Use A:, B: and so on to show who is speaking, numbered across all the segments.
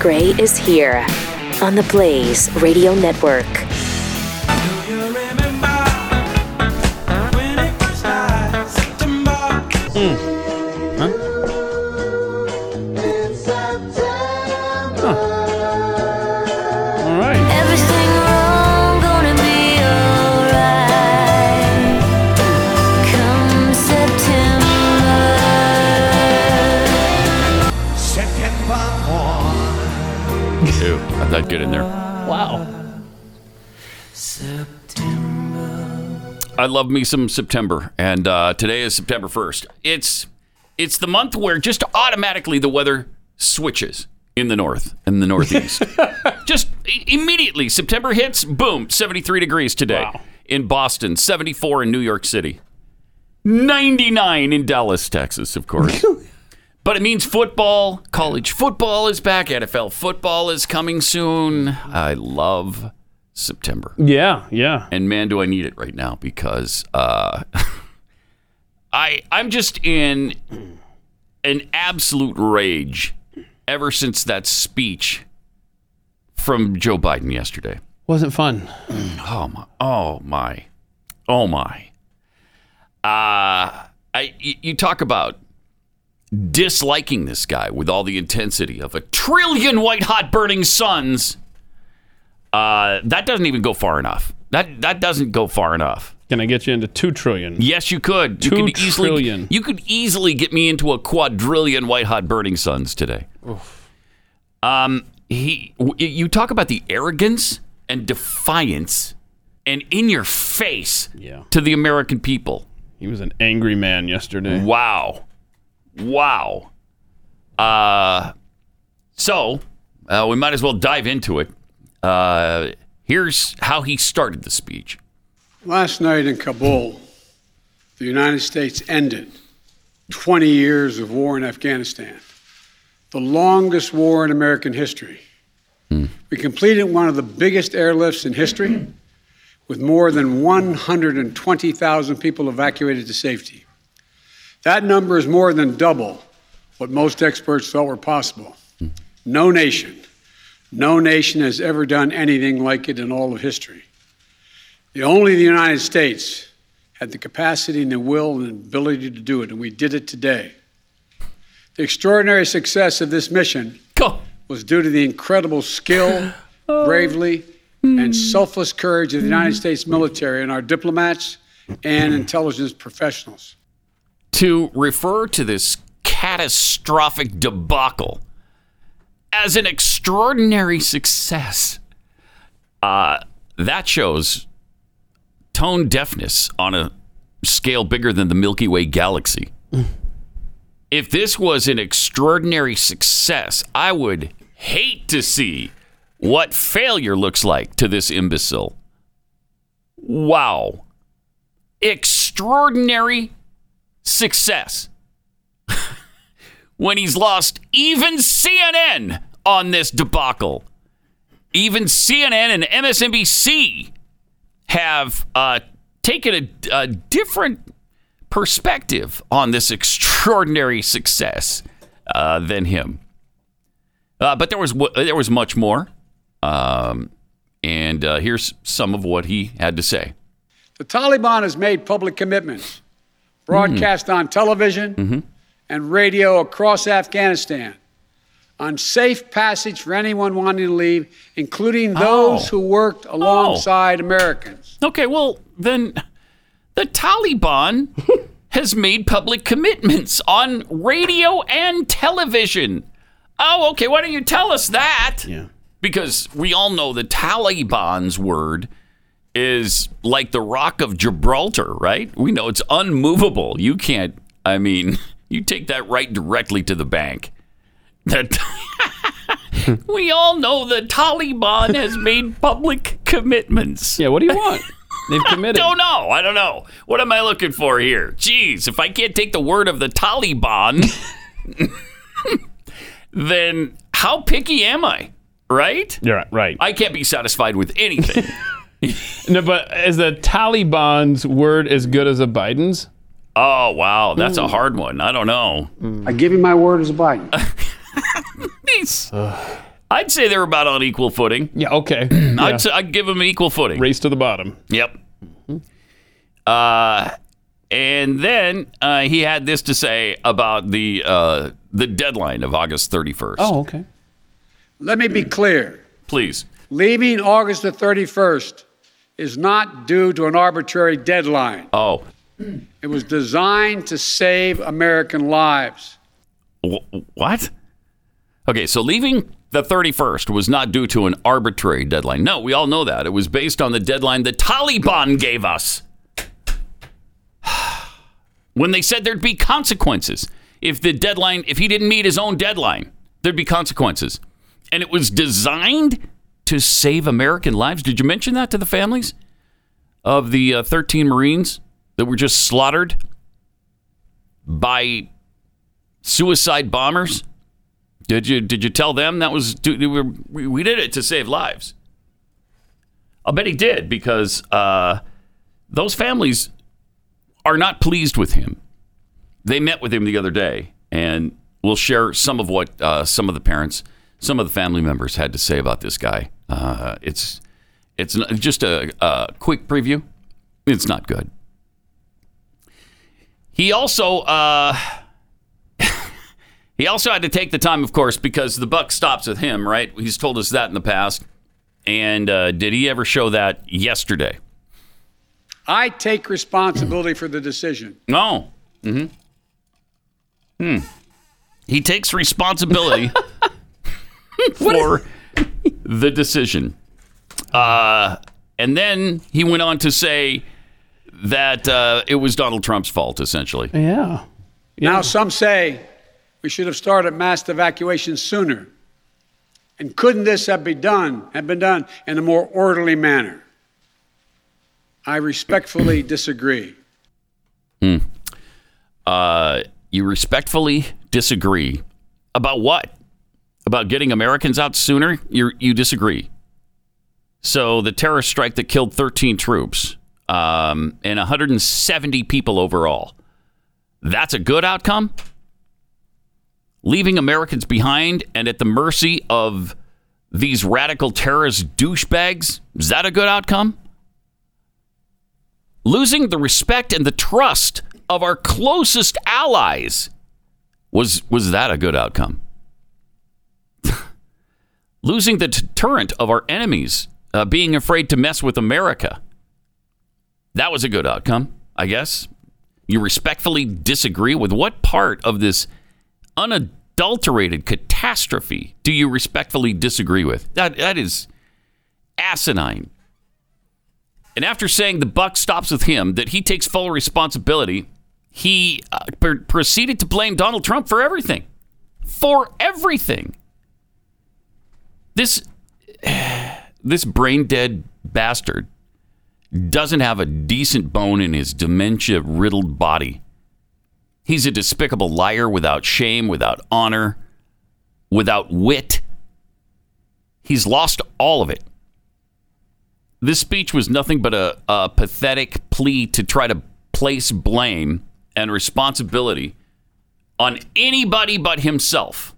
A: Gray is here on the Blaze Radio Network.
B: All right.
C: Everything wrong gonna be alright. Come September.
B: Ew, not that good in there.
D: Wow.
B: I love me some September, and uh, today is September first. It's it's the month where just automatically the weather switches in the north and the northeast. just i- immediately September hits, boom, seventy three degrees today
D: Wow.
B: in Boston, seventy four in New York City, ninety nine in Dallas, Texas, of course. But it means football, college football is back, NFL football is coming soon. I love September
D: Yeah, yeah.
B: and man, do I need it right now because uh, I I'm just in an absolute rage ever since that speech from Joe Biden yesterday.
D: Wasn't fun.
B: Oh my! Oh my! Oh my! Uh, I y- you talk about disliking this guy with all the intensity of a trillion white hot burning suns. Uh, that doesn't even go far enough. That that doesn't go far enough.
D: Can I get you into two trillion?
B: Yes, you could. You
D: Two
B: could easily,
D: trillion.
B: You could easily get me into a quadrillion white hot burning suns today. Um, he, w- you talk about the arrogance and defiance and in your face
D: Yeah.
B: to the American people.
D: He was an angry man yesterday.
B: Wow. Wow. Uh, so uh, we might as well dive into it. Uh, here's how he started the speech.
E: Last night in Kabul, the United States ended 20 years of war in Afghanistan, the longest war in American history. We completed one of the biggest airlifts in history, with more than 120,000 people evacuated to safety. That number is more than double what most experts thought were possible. No nation, no nation has ever done anything like it in all of history. The only the United States had the capacity and the will and ability to do it, and we did it today. The extraordinary success of this mission
B: Go.
E: was due to the incredible skill, bravery,
F: Mm.
E: and selfless courage of the United States military and our diplomats and intelligence professionals.
B: to refer to this catastrophic debacle as an extraordinary success. Uh, that shows tone deafness on a scale bigger than the Milky Way galaxy. if this was an extraordinary success, I would hate to see what failure looks like to this imbecile. Wow. Extraordinary success when he's lost even CNN on this debacle. Even CNN and MSNBC have uh, taken a, a different perspective on this extraordinary success uh, than him. Uh, but there was w- there was much more, um, and uh, here's some of what he had to say.
E: The Taliban has made public commitments, broadcast on television
B: Mm-hmm.
E: and radio across Afghanistan, on safe passage for anyone wanting to leave, including those
B: Oh.
E: who worked alongside Americans.
B: Okay, well, then the Taliban has made public commitments on radio and television. Oh, okay. Why don't you tell us that?
D: Yeah.
B: Because we all know the Taliban's word is like the rock of Gibraltar, right? We know it's unmovable. You can't, I mean, you take that right directly to the bank. That we all know the Taliban has made public commitments.
D: Yeah, what do you want? They've committed.
B: I don't know. I don't know. What am I looking for here? Jeez, if I can't take the word of the Taliban, then how picky am I? Right?
D: Yeah, right.
B: I can't be satisfied with anything.
D: no, but is the Taliban's word as good as a Biden's?
B: oh, wow. That's a hard one. I don't know.
E: I give you my word as a Biden.
B: He's- I'd say they're about on equal footing.
D: Yeah, okay. Yeah.
B: I'd, say, I'd give them equal footing.
D: Race to the bottom.
B: Yep. Uh, and then uh, he had this to say about the uh, the deadline of August 31st.
D: Oh, okay.
E: Let me be clear.
B: Please.
E: Leaving August the 31st is not due to an arbitrary deadline.
B: Oh,
E: It was designed to save American lives.
B: Wh- what? Okay, so leaving the 31st was not due to an arbitrary deadline. No, we all know that. It was based on the deadline the Taliban gave us. when they said there'd be consequences if the deadline if he didn't meet his own deadline, there'd be consequences. And it was designed to save American lives. Did you mention that to the families of the uh, 13 Marines that were just slaughtered by suicide bombers? Did you did you tell them that was do- we were- we we did it to save lives? I'll bet he did because uh, those families are not pleased with him. They met with him the other day, and we'll share some of what uh, some of the parents, some of the family members had to say about this guy. Uh, it's it's not, just a, a quick preview. It's not good. He also. Uh, he also had to take the time, of course, because the buck stops with him, right? He's told us that in the past. And uh, did he ever show that yesterday?
E: I take responsibility for the decision.
B: No. Mm-hmm. Hmm. He takes responsibility for the decision. Uh, and then he went on to say that uh, it was Donald Trump's fault, essentially.
D: Yeah.
E: Now, some say we should have started mass evacuation sooner. And couldn't this have been done, have been done in a more orderly manner? I respectfully disagree.
B: uh, you respectfully disagree about what? About getting Americans out sooner? You you disagree. So the terrorist strike that killed 13 troops um, and 170 people overall. That's a good outcome. Leaving Americans behind and at the mercy of these radical terrorist douchebags. Is that a good outcome? losing the respect and the trust of our closest allies was was that a good outcome losing the deterrent of our enemies uh, being afraid to mess with america that was a good outcome i guess you respectfully disagree with what part of this unadulterated catastrophe do you respectfully disagree with that that is asinine and after saying the buck stops with him, that he takes full responsibility, he uh, per- proceeded to blame Donald Trump for everything. For everything. This this brain dead bastard doesn't have a decent bone in his dementia riddled body. He's a despicable liar without shame, without honor, without wit. He's lost all of it this speech was nothing but a, a pathetic plea to try to place blame and responsibility on anybody but himself.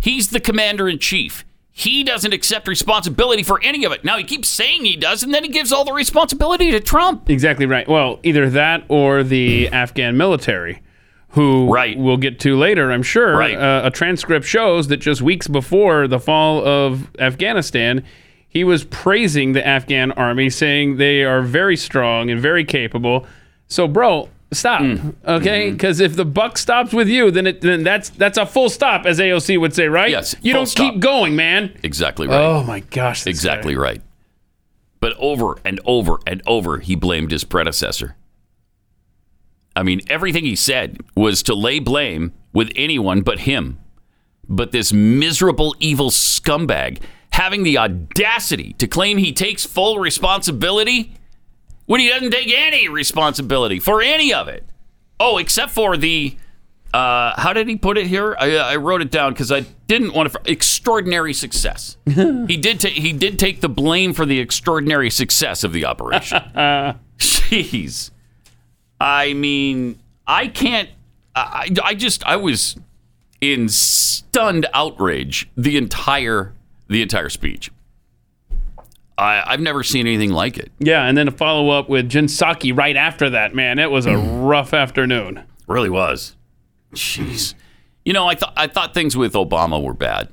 B: He's the commander in chief. He doesn't accept responsibility for any of it. Now he keeps saying he does, and then he gives all the responsibility to Trump.
D: Exactly right. Well, either that or the Afghan military, who
B: Right.
D: we'll get to later, I'm sure.
B: Right.
D: Uh, a transcript shows that just weeks before the fall of Afghanistan, he was praising the Afghan army, saying they are very strong and very capable. So, bro, stop,
B: Mm. Mm-hmm.
D: okay? Because if the buck stops with you, then it then that's that's a full stop, as AOC would say, right?
B: Yes,
D: You
B: full
D: don't
B: stop.
D: keep going, man.
B: Exactly right.
D: Oh my gosh. this guy.
B: Exactly right. But over and over and over, he blamed his predecessor. I mean, everything he said was to lay blame with anyone but him. But this miserable, evil scumbag having the audacity to claim he takes full responsibility when he doesn't take any responsibility for any of it. Oh, except for the. Uh, how did he put it here? I, I wrote it down because I didn't want to. Extraordinary success he did. Ta- he did take the blame for the extraordinary success of the operation. Jeez, I mean, I can't. I, I I just I was in stunned outrage the entire the entire speech. I, I've never seen anything like it.
D: Yeah, and then a follow up with Jinsaki right after that. Man, it was a
B: Mm.
D: rough afternoon.
B: Really was. Jeez. You know, I thought I thought things with Obama were bad.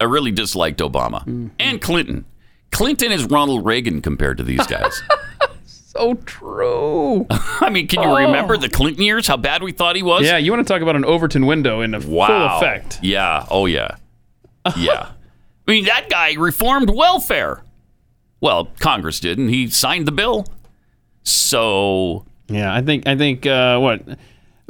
B: I really disliked Obama and Clinton. Clinton is Ronald Reagan compared to these guys.
D: So true. Oh.
B: I mean, can you remember the Clinton years? How bad we thought he was?
D: yeah, you want to talk about an Overton window in a full effect?
B: Yeah. Oh, yeah. Yeah. I mean, that guy reformed welfare. Well, Congress did, and he signed the bill. So,
D: Yeah, I think I think uh, what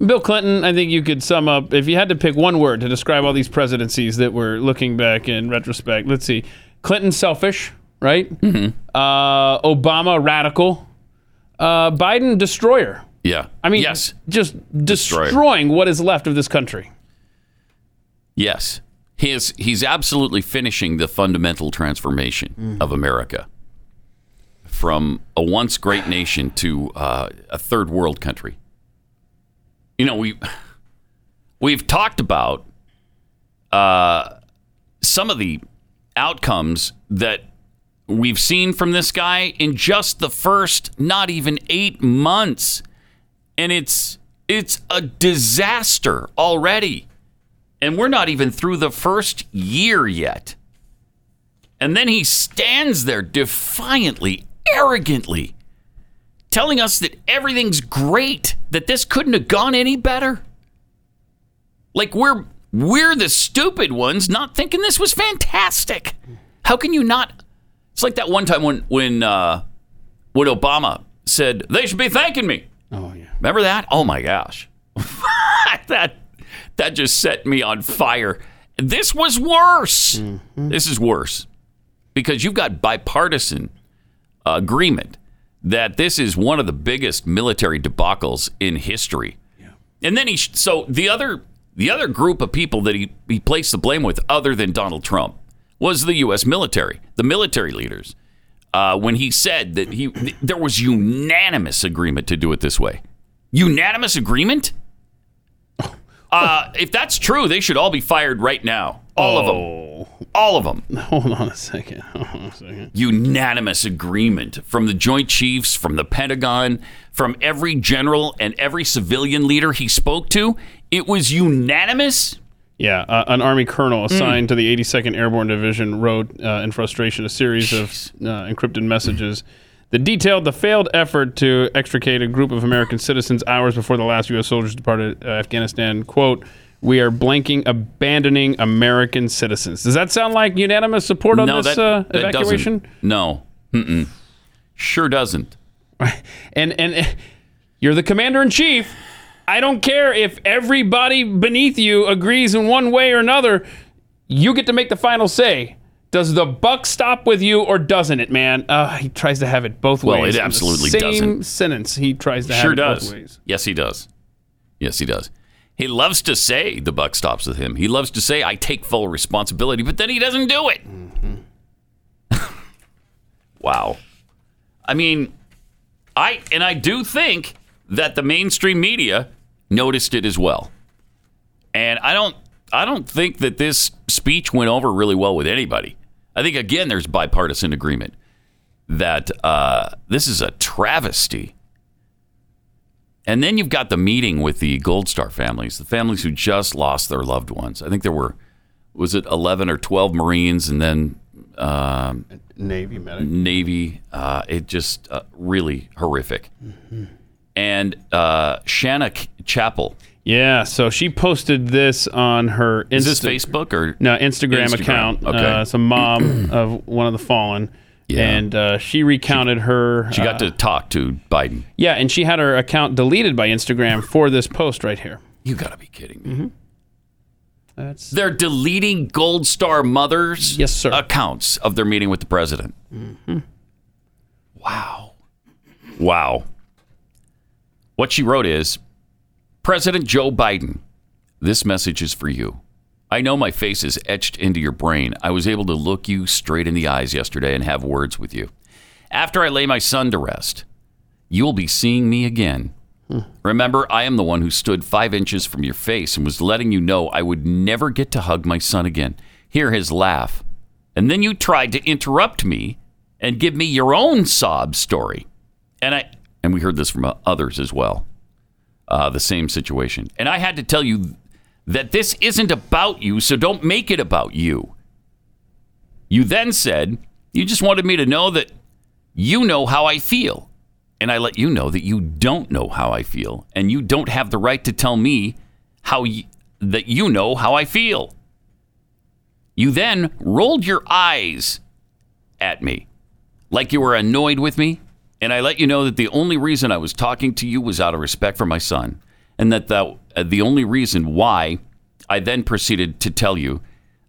D: Bill Clinton. I think you could sum up if you had to pick one word to describe all these presidencies that we're looking back in retrospect. Let's see, Clinton selfish, right?
B: mm-hmm.
D: Uh, Obama radical, uh, Biden destroyer.
B: yeah.
D: I mean,
B: yes.
D: just
B: Destroyer.
D: destroying what is left of this country.
B: Yes. He is, he's absolutely finishing the fundamental transformation of America from a once great nation to uh, a third world country. You know, we, we've talked about uh, some of the outcomes that we've seen from this guy in just the first not even eight months. And it's, it's a disaster already and we're not even through the first year yet. And then he stands there defiantly, arrogantly, telling us that everything's great, that this couldn't have gone any better. Like we're we're the stupid ones not thinking this was fantastic. How can you not? It's like that one time when when uh, when Obama said they should be thanking me.
D: Oh yeah.
B: Remember that? Oh my gosh. that that just set me on fire. This was worse. This is worse because you've got bipartisan agreement that this is one of the biggest military debacles in history. And then he sh- so the other the other group of people that he, he placed the blame with other than Donald Trump was the US military, the military leaders. Uh, when he said that he there was unanimous agreement to do it this way. Unanimous agreement? Uh, if that's true, they should all be fired right now. All of them.
D: Oh,
B: All of them
D: hold on a second. Hold on a second.
B: unanimous agreement from the Joint Chiefs, from the Pentagon, from every general and every civilian leader he spoke to. It was unanimous.
D: Yeah, uh, an Army colonel assigned to the 82nd Airborne Division wrote uh, in frustration a series of uh, encrypted messages that detailed the failed effort to extricate a group of American citizens hours before the last U.S. soldiers departed uh, Afghanistan. Quote, we are blanking abandoning American citizens. Does that sound like unanimous support on this uh, evacuation?
B: doesn't. No, Mm-mm. sure doesn't.
D: and and you're the commander in chief. I don't care if everybody beneath you agrees in one way or another. You get to make the final say. Does the buck stop with you or doesn't it, man? Uh, he tries to have it both
B: Well,
D: ways.
B: it
D: in the
B: absolutely
D: same
B: doesn't.
D: sentence. He tries to have
B: Sure
D: it
B: does.
D: both ways.
B: Yes, he does. Yes, he does. He loves to say the buck stops with him. He loves to say I take full responsibility, but then he doesn't do it.
D: Mm-hmm.
B: wow. I mean, I and I do think that the mainstream media noticed it as well. And I don't I don't think that this speech went over really well with anybody. I think again there's bipartisan agreement that uh, this is a travesty. And then you've got the meeting with the Gold Star families, the families who just lost their loved ones. I think there were, was it 11 or 12 Marines and then um,
D: Navy medic.
B: Navy. Uh, it just uh, really horrific.
D: Mm-hmm.
B: And uh, Shanna K- Chapel,
D: Yeah, so she posted this on her Instagram.
B: is this Facebook or
D: No, Instagram,
B: Instagram,
D: account.
B: okay.
D: Uh, it's a mom of one of the fallen.
B: Yeah.
D: And uh, she recounted her. uh,
B: She got to talk to Biden.
D: Yeah, and she had her account deleted by Instagram for this post right here.
B: You got to be kidding me.
D: That's
B: They're deleting Gold Star mothers'
D: Yes, sir.
B: accounts of their meeting with the president. Wow. Wow. What she wrote is President Joe Biden, this message is for you. I know my face is etched into your brain. I was able to look you straight in the eyes yesterday and have words with you. After I lay my son to rest, you'll be seeing me again. Remember, I am the one who stood five inches from your face and was letting you know I would never get to hug my son again, hear his laugh, And then you tried to interrupt me and give me your own sob story. And I and we heard this from uh, others as well. Uh, the same situation. And I had to tell you that this isn't about you, so don't make it about you. You then said you just wanted me to know that you know how I feel. And I let you know that you don't know how I feel and you don't have the right to tell me how y- that you know how I feel. You then rolled your eyes at me like you were annoyed with me, and I let you know that the only reason I was talking to you was out of respect for my son, and that the, uh, the only reason why I then proceeded to tell you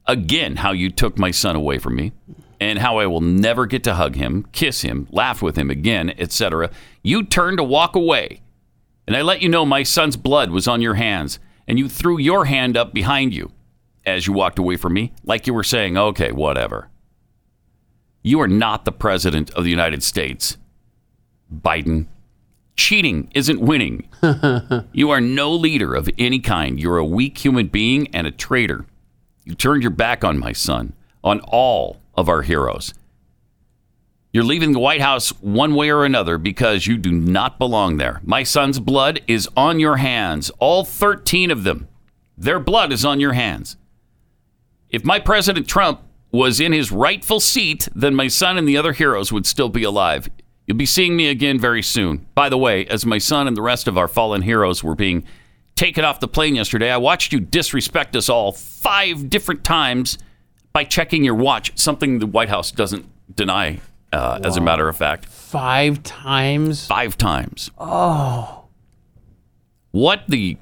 B: again how you took my son away from me and how I will never get to hug him, kiss him, laugh with him again, etc. You turned to walk away, and I let you know my son's blood was on your hands, and you threw your hand up behind you as you walked away from me, like you were saying, okay, whatever. You are not the president of the United States, Biden. Cheating isn't winning. you are no leader of any kind. You're a weak human being and a traitor. You turned your back on my son, on all of our heroes. You're leaving the White House one way or another because you do not belong there. My son's blood is on your hands, all 13 of them. Their blood is on your hands. If my President Trump was in his rightful seat, then my son and the other heroes would still be alive. You'll be seeing me again very soon. By the way, as my son and the rest of our fallen heroes were being taken off the plane yesterday, I watched you disrespect us all five different times by checking your watch, something the White House doesn't deny, uh, as a matter of fact
D: Five times.
B: five times. Oh. What the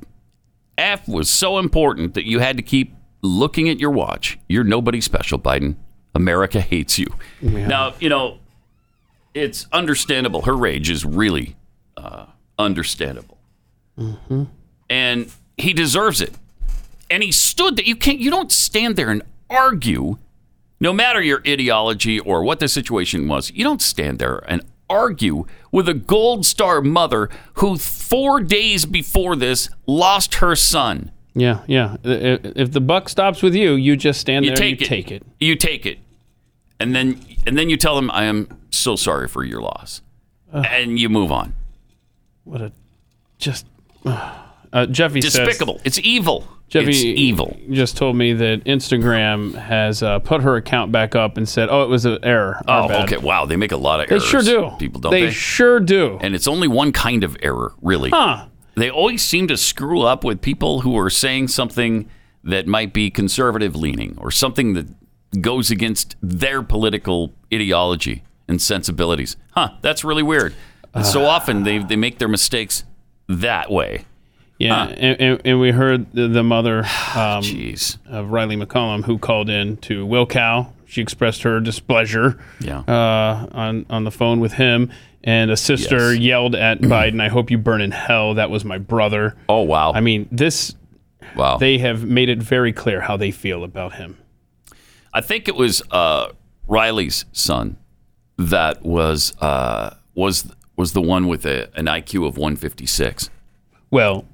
B: F was so important that you had to keep looking at your watch? You're nobody special, Biden. America hates you. Now, you know, it's understandable. Her rage is really uh, understandable. And he deserves it. And he stood that you can't, you don't stand there and argue no matter your ideology or what the situation was, you don't stand there and argue with a gold star mother who four days before this lost her son.
D: Yeah, yeah. I- i- If the buck stops with you, you just stand
B: You
D: there
B: take
D: and you
B: it.
D: take it.
B: You take it. And then and then you tell them I am so sorry for your loss. And you move on.
D: What a just. Uh, Jeffy says
B: Despicable. It's evil.
D: Jeffy
B: it's evil.
D: Just told me that Instagram has uh, put her account back up and said, "Oh, it was an error." Our
B: Oh,
D: bad."
B: okay. Wow, they make a lot of
D: They
B: errors.
D: sure do.
B: People don't
D: They,
B: they?
D: sure do.
B: and it's only one kind of error, really.
D: Huh?
B: they always seem to screw up with people who are saying something that might be conservative leaning or something that goes against their political ideology and sensibilities. Huh, that's really weird. And so often they, they make their mistakes that way.
D: Yeah. And, and, and we heard the, the mother um,
B: Ah, Jeez.
D: of Riley McCollum who called in to Will Cow. She expressed her displeasure
B: Yeah.
D: uh, on on the phone with him, and a sister
B: Yes.
D: yelled at Biden, "I hope you burn in hell." That was my brother.
B: oh, wow.
D: I mean, this
B: wow.
D: they have made it very clear how they feel about him.
B: I think it was uh, Riley's son that was uh, was was the one with a, an IQ of 156.
D: Well,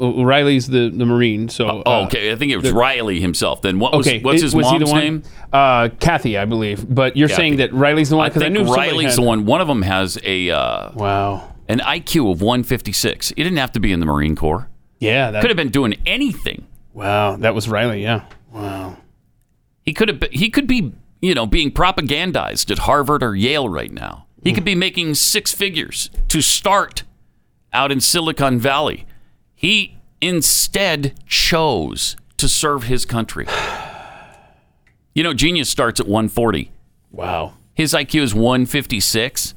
D: R- Riley's the, the Marine, so
B: Oh,
D: uh,
B: okay. I think it was Riley himself. Then what was
D: Okay,
B: what's
D: it-
B: his
D: was he the
B: mom's
D: one?
B: name?
D: Uh, Kathy, I believe. But you're saying that Riley's the one
B: I
D: because I,
B: think
D: knew somebody
B: Riley's
D: had-
B: the one. One of them has a uh,
D: Wow.
B: an IQ of 156. He didn't have to be in the Marine Corps.
D: Yeah. Uh, That,
B: Could have been doing anything.
D: Wow, that was Riley. Yeah. Wow.
B: He could have. Been, he could be, you know, being propagandized at Harvard or Yale right now. He could be making six figures to start out in Silicon Valley. He instead chose to serve his country. You know, genius starts at 140.
D: Wow.
B: His IQ is 156.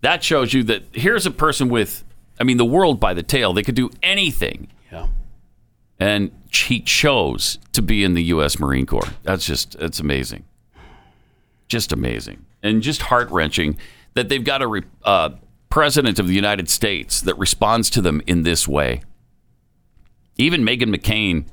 B: That shows you that here's a person with, I mean, the world by the tail. They could do anything.
D: Yeah.
B: And he chose to be in the U.S. Marine Corps. That's just, that's amazing. Just amazing. And just heart wrenching that they've got a re- uh, president of the United States that responds to them in this way. Even Megan McCain,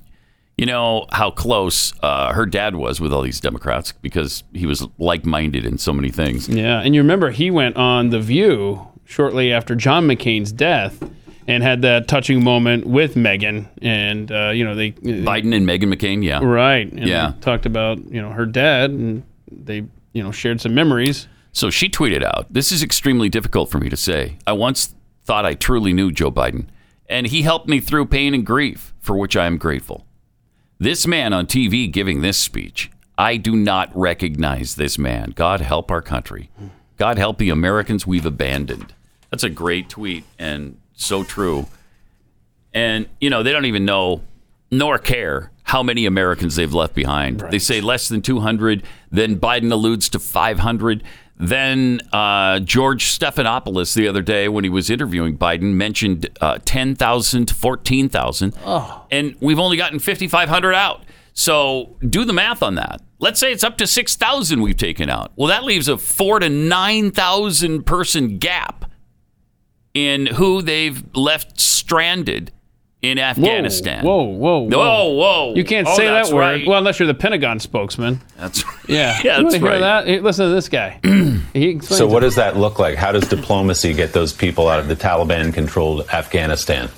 B: you know how close uh, her dad was with all these Democrats because he was like minded in so many things.
D: Yeah, and you remember he went on The View shortly after John McCain's death and had that touching moment with Megan, and uh, you know they
B: Biden and Megan McCain, yeah.
D: right, and
B: Yeah.
D: they talked about you know her dad, and they you know shared some memories.
B: So she tweeted out, This is extremely difficult for me to say. I once thought I truly knew Joe Biden, and he helped me through pain and grief, for which I am grateful. This man on TV giving this speech, I do not recognize this man. God help our country. God help the Americans we've abandoned. That's a great tweet and so true. And, you know, they don't even know nor care how many Americans they've left behind. They say less than 200. Then Biden alludes to 500. Then uh, George Stephanopoulos the other day, when he was interviewing Biden, mentioned uh, 10,000 to 14,000. And we've only gotten 5,500 out. So do the math on that. Let's say it's up to 6,000 we've taken out. Well, that leaves a 4 to 9,000 person gap in who they've left stranded in Afghanistan.
D: Whoa, whoa, whoa!
B: Whoa, whoa.
D: You can't
B: Oh,
D: say
B: that's
D: that word.
B: right.
D: Well, unless you're the Pentagon spokesman.
B: That's right.
D: Yeah,
B: Yeah, that's
D: You wanna hear
B: right.
D: That? Hey, Listen to this guy. he explains
G: So, what
D: it.
G: does that look like? How does diplomacy get those people out of the Taliban controlled Afghanistan?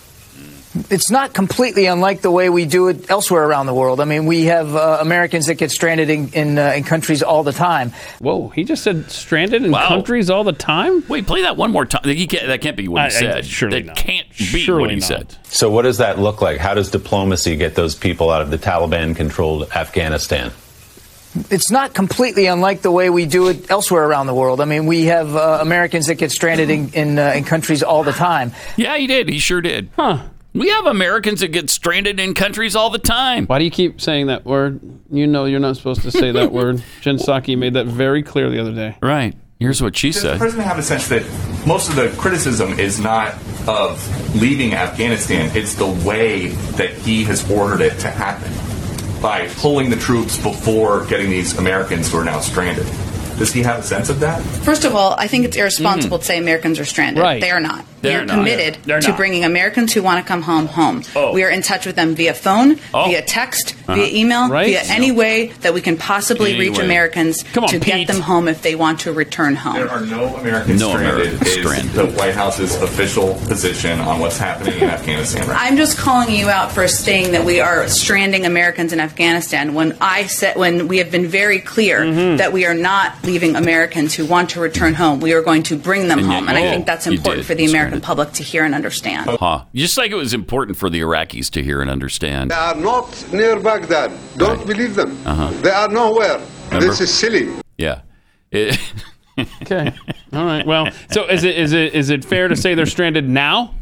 H: it's not completely unlike the way we do it elsewhere around the world. I mean, we have uh, Americans that get stranded in in, uh, in countries all the time.
D: Whoa, he just said stranded in
B: Wow.
D: countries all the time.
B: Wait, play that one more time. He can't- that can't be what he
D: I- I-
B: said.
D: surely
B: that
D: not.
B: can't be what
D: Surely
B: he
D: not.
B: said.
G: So, what does that look like? How does diplomacy get those people out of the Taliban controlled Afghanistan?
H: It's not completely unlike the way we do it elsewhere around the world. I mean, we have uh, Americans that get stranded in in, uh, in countries all the time.
B: Yeah, he did. He sure did.
D: Huh?
B: We have Americans that get stranded in countries all the time.
D: Why do you keep saying that word? You know you're not supposed to say that word. Jen Psaki made that very clear the other day.
B: Right. Here's what she
I: Does the
B: said.
I: president have a sense that most of the criticism is not of leaving Afghanistan, it's the way that he has ordered it to happen by pulling the troops before getting these Americans who are now stranded? Does he have a sense of that?
J: First of all, I think it's irresponsible to say Americans are stranded.
D: Right.
J: They are not. we
B: They're
J: are
B: not.
J: committed
B: They're
J: to
B: not.
J: bringing Americans who want to come home home.
B: Oh.
J: We are in touch with them via phone,
B: Oh.
J: via text, via email,
D: Right.
J: via any way that we can possibly
B: Any
J: reach
B: way.
J: Americans
D: Come on,
J: to
D: Pete.
J: get them home if they want to return
I: There
J: home.
I: are no Americans
B: No
I: stranded.
B: Americans
I: is
B: stranded.
I: The White House's official position on what's happening in Afghanistan right now.
J: I'm just calling you out for saying that we are stranding Americans in Afghanistan when I said when we have been very clear
B: Mm-hmm.
J: that we are not leaving Americans who want to return home. We are going to bring them
B: And yet
J: home, and
B: you
J: I
B: did.
J: think that's
B: You
J: important
B: did
J: for the American
B: stranded.
J: public to hear and understand.
B: Huh. Just like it was important for the Iraqis to hear and understand.
K: They are not near Baghdad. Don't
B: Right. Uh-huh.
K: believe them. They are nowhere. This is silly.
B: Yeah. It-
D: Okay. All right. Well, so is it is it is it fair to say they're stranded now?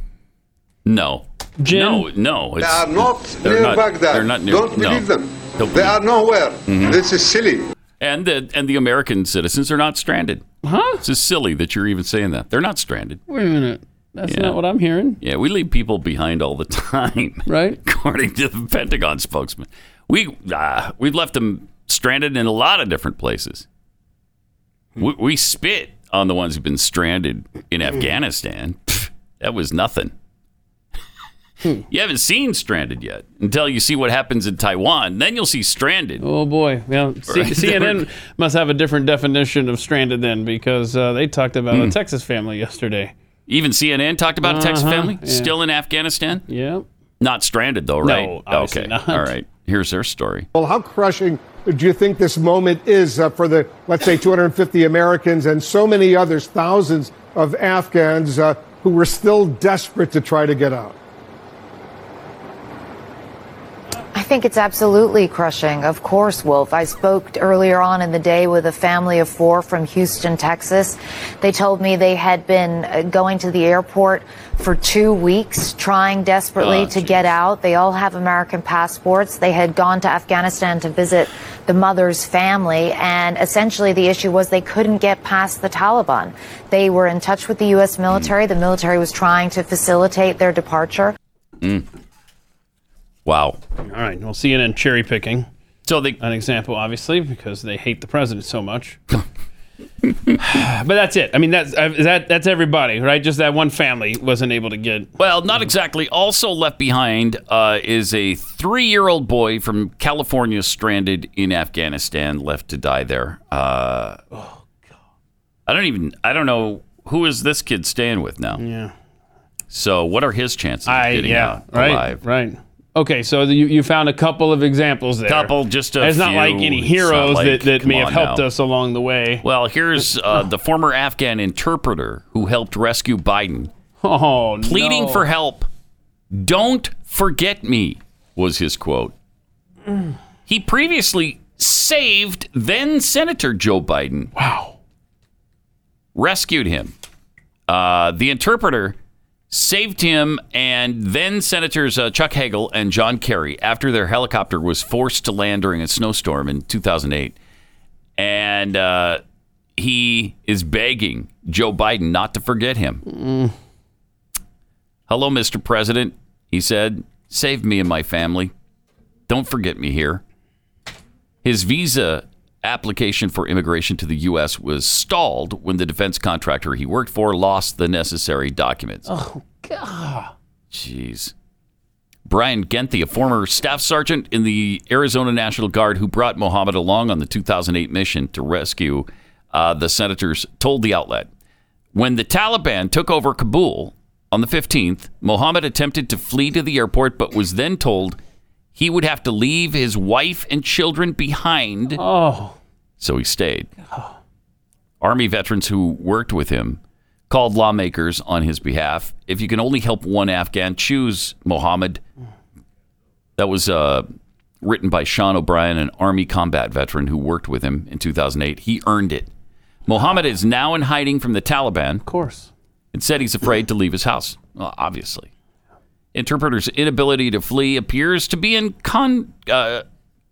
B: no.
D: Jim?
B: No, no.
K: They
B: it's-
K: are not
B: they're
K: near
B: not-
K: Baghdad.
B: They're not near
K: Don't
B: no.
K: believe them.
B: Don't
K: They
B: believe-
K: are nowhere. This is silly.
B: And the and the American citizens are not stranded.
D: Huh?
B: It's just silly that you're even saying that. They're not stranded.
D: Wait a minute. That's
B: Yeah.
D: not what I'm hearing.
B: Yeah, we leave people behind all the time.
D: Right.
B: According to the Pentagon spokesman. We uh, we've left them stranded in a lot of different places. We, we spit on the ones who've been stranded in
D: Hmm.
B: Afghanistan. Pfft, that was nothing.
D: Hmm.
B: you haven't seen stranded yet until you see what happens in Taiwan. Then you'll see stranded.
D: Oh boy. Well, C-
B: Right.
D: CNN must have a different definition of stranded then because uh, they talked about
B: Hmm.
D: a Texas family yesterday.
B: Even CNN talked about a Texas
D: Uh-huh,
B: family
D: yeah.
B: still in Afghanistan,
D: Yeah.
B: not stranded though, right?
D: obviously
B: okay,
D: not.
B: all right. Here's their story.
L: Well, how crushing do you think this moment is uh, for the, let's say, 250 Americans and so many others, thousands of Afghans uh, who were still desperate to try to get out?
M: I think it's absolutely crushing. Of course, Wolf. I spoke earlier on in the day with a family of four from Houston, Texas. They told me they had been uh, going to the airport for two weeks, trying desperately
B: Ah,
M: to get out. They all have American passports. They had gone to Afghanistan to visit the mother's family, and essentially the issue was they couldn't get past the Taliban. They were in touch with the U.S. military. The military was trying to facilitate their departure.
B: Wow.
D: All right. Well, CNN cherry picking
B: So they
D: an example, obviously, because they hate the president so much. but that's it. I mean, that's uh, that that's everybody, right? Just that one family wasn't able to get.
B: Well, not exactly. Also left behind uh, is a three year old boy from California stranded in Afghanistan, left to die there. Uh, oh, God. I don't even, I don't know who is this kid staying with now.
D: Yeah.
B: So what are his chances of getting out
D: right,
B: alive?
D: right. Okay, so you, you found a couple of examples there.
B: Couple, just a
D: It's not
B: few.
D: like any
B: It's not
D: heroes
B: like-
D: that, that may
B: come
D: have
B: on
D: helped
B: now.
D: us along the way.
B: Well, here's uh, the former Afghan interpreter who helped rescue Biden.
D: Oh,
B: Pleading
D: no.
B: for help. Don't forget me, was his quote. He previously saved then Senator Joe Biden. Wow. Rescued him. Uh, the interpreter saved him and then Senators uh, Chuck Hagel and John Kerry after their helicopter was forced to land during a snowstorm in 2008. And uh, he is begging Joe Biden not to forget him. Hello, Mr. President, he said. Save me and my family. Don't forget me here. His visa application for immigration to the U.S. was stalled when the defense contractor he worked for lost the necessary documents.
D: Oh God.
B: Jeez. Brian Genthy, a former staff sergeant in the Arizona National Guard who brought Mohammed along on the 2008 mission to rescue uh, the senators, told the outlet When the Taliban took over Kabul on the 15th, Mohammed attempted to flee to the airport but was then told he would have to leave his wife and children behind.
D: Oh.
B: So he stayed. Army veterans who worked with him called lawmakers on his behalf. If you can only help one Afghan, choose Mohammed. That was uh, written by Sean O'Brien, an Army combat veteran who worked with him in 2008. He earned it. Mohammed is now in hiding from the Taliban. Of
D: course.
B: And said he's afraid to leave his house. Well, obviously. Interpreter's inability to flee appears to be in, con- uh,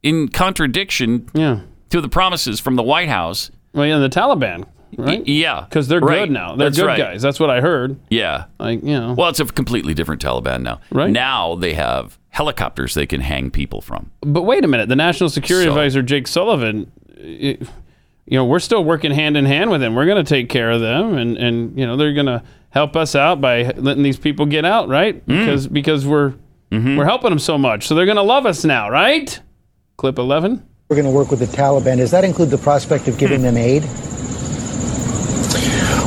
B: in contradiction
D: Yeah.
B: to the promises from the White House.
D: Well, yeah, the Taliban, right?
B: Yeah,
D: Because they're
B: right.
D: good now. They're
B: That's
D: good
B: right.
D: guys. That's what I heard.
B: Yeah.
D: Like, you know.
B: Well, it's a completely different Taliban now. Right. Now they have helicopters they can hang people from.
D: But wait a minute. The National Security Advisor, Jake Sullivan, i- you know, we're still working hand in hand with him. We're going to take care of them, and and you know, they're going to help us out by letting these people get out, right?
B: Mm.
D: Because because we're
B: Mm-hmm.
D: we're helping them so much, so they're going to love us now, right? Clip eleven.
N: We're going to work with the Taliban. Does that include the prospect of giving them aid?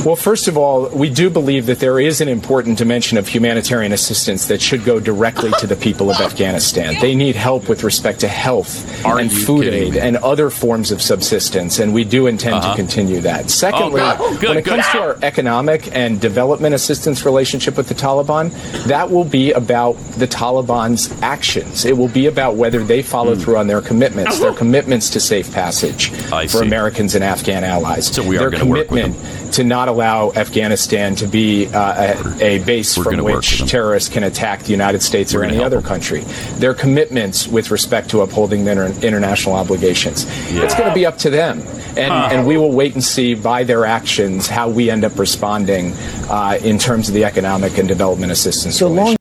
O: Well, first of all, we do believe that there is an important dimension of humanitarian assistance that should go directly to the people of Afghanistan. They need help with respect to health and
P: you
O: food
P: kidding
O: aid
P: me?
O: and other forms of subsistence, and we do intend
P: Uh-huh.
O: to continue that. Secondly,
P: Oh, good. Good,
O: when it
P: good.
O: comes to our economic and development assistance relationship with the Taliban, that will be about the Taliban's actions. It will be about whether they follow
B: Hmm.
O: through on their commitments,
B: Uh-huh.
O: their commitments to safe passage for Americans and Afghan allies. So we
B: are
O: their
B: gonna work with
O: commitment to not allow Afghanistan to be uh, a, a base from
B: gonna work with
O: which terrorists can attack the United States or any other country. Their commitments with respect to upholding their inter- international obligations. It's going to be up to them. And, and we will wait and see by their actions how we end up responding uh, in terms of the economic and development assistance. relationship.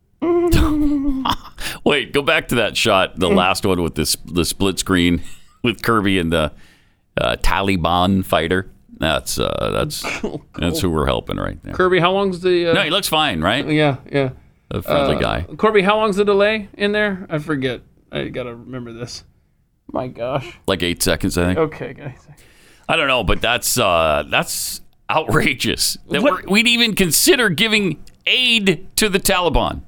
B: Wait, go back to that shot,
D: Mm.
B: the last one with this the split screen with Kirby and the uh, Taliban fighter. That's uh, that's
D: Oh,
B: that's who we're helping right there.
D: Kirby, how long's the? Uh,
B: No, he looks fine, right?
D: Yeah, yeah.
B: A friendly
D: Uh,
B: guy.
D: Corby, how long's the delay in there? I forget. I got to remember this. My gosh.
B: Like eight seconds, I think.
D: Okay, guys.
B: I don't know, but that's uh, that's outrageous that we're, we'd even consider giving aid to the Taliban.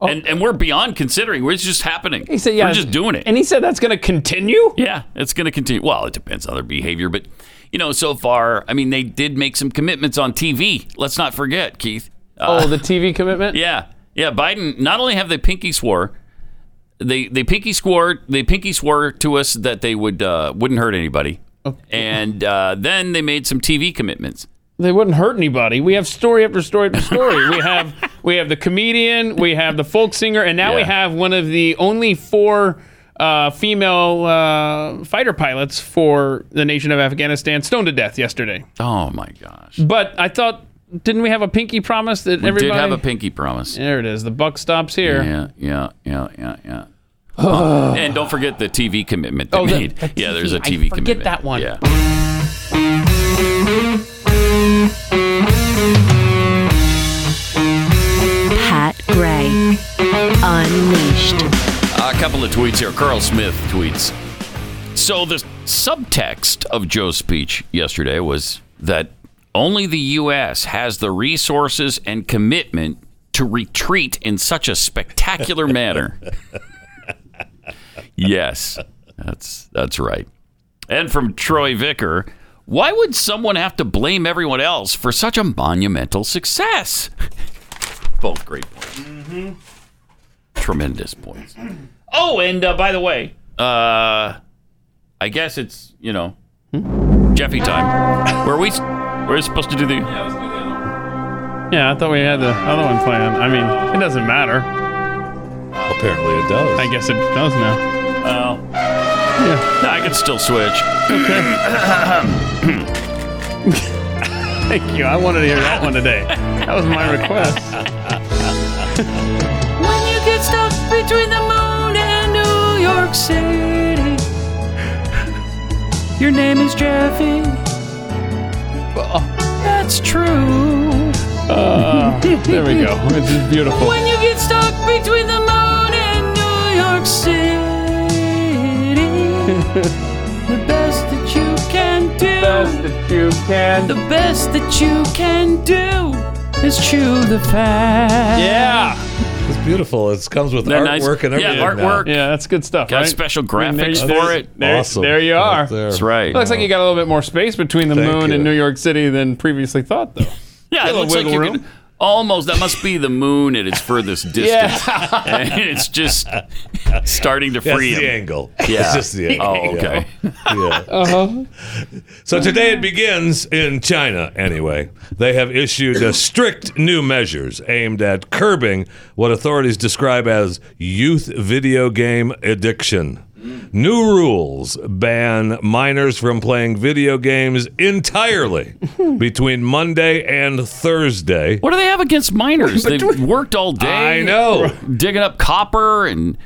B: And, and we're beyond considering. It's just happening.
D: Oh. He said, "Yeah,
B: we're just doing it."
D: And he said that's going to continue.
B: Yeah, it's going to continue. Well, it depends on their behavior, but you know, so far, I mean, they did make some commitments on TV. Let's not forget, Keith. Uh,
D: oh, the TV commitment.
B: Yeah, yeah. Biden. Not only have they pinky swore, they they pinky swore they pinky swore to us that they would uh, wouldn't hurt anybody,
D: Oh.
B: and uh, then they made some TV commitments.
D: They wouldn't hurt anybody. We have story after story after story. we have we have the comedian, we have the folk singer, and now we
B: Yeah.
D: have one of the only four uh, female uh, fighter pilots for the nation of Afghanistan, stoned to death yesterday.
B: Oh my gosh,
D: But I thought, didn't we have a pinky promise that
B: we
D: everybody?
B: did have a pinky promise.
D: there it is. The buck stops here.
B: Yeah, yeah, yeah, yeah, yeah. Uh, and don't forget the TV commitment they
D: Oh, the-
B: made.
D: the
B: yeah, there's a
D: TV. I
B: TV
D: forget
B: commitment.
D: that one.
B: Yeah.
A: Pat Gray. Unleashed.
B: A couple of tweets here. Carl Smith tweets. So the subtext of Joe's speech yesterday was that Only the U.S. has the resources and commitment to retreat in such a spectacular manner. yes, that's that's right. And from Troy Vicker, why would someone have to blame everyone else for such a monumental success? Both great points, tremendous points. Mm-hmm. Oh, and uh, by the way, uh, I guess it's you know Jeffy time. Were we we're supposed to do the?
D: Yeah, I thought we had the other one planned. I mean, it doesn't matter.
P: Apparently, it does.
D: I guess it does now.
B: Oh. Yeah. No, I can still switch.
D: Okay. Thank you. I wanted to hear that one today. That was my request.
C: When you get stuck between the moon and New York City, your name is Jeffy. That's true.
D: Uh, there we go. It's just beautiful.
C: When you get stuck between the moon and New York City, the best that you can do, best that you can, the best that you can do is chew the fat.
P: It's beautiful. It comes with
B: They're
P: artwork
B: nice.
P: and
B: Yeah,
P: everything.
B: artwork.
D: Yeah, that's good stuff.
B: Got
D: right?
B: special
D: I mean, there
B: graphics
D: you-
B: for
D: there's-
B: it.
D: There,
B: Awesome.
D: there you
B: Right
D: are.
B: there. That's right.
D: Looks like you got a little bit more space between the
B: Thank
D: moon
B: you.
D: and New York City than previously thought, though.
B: Yeah, it
D: Little
B: looks like
D: wiggle
B: you can almost. That must be the moon at its furthest distance,
D: Yeah.
B: and it's just starting to
P: That's
B: free
P: the
B: him.
P: angle.
B: Yeah,
P: It's just the angle.
B: Oh, okay.
P: Yeah.
D: Uh-huh.
P: So today it begins in China, anyway. They have issued uh, strict new measures aimed at curbing what authorities describe as youth video game addiction. New rules ban minors from playing video games entirely between Monday and Thursday.
B: What do they have against miners? They've worked all day.
P: I know.
B: Digging up copper and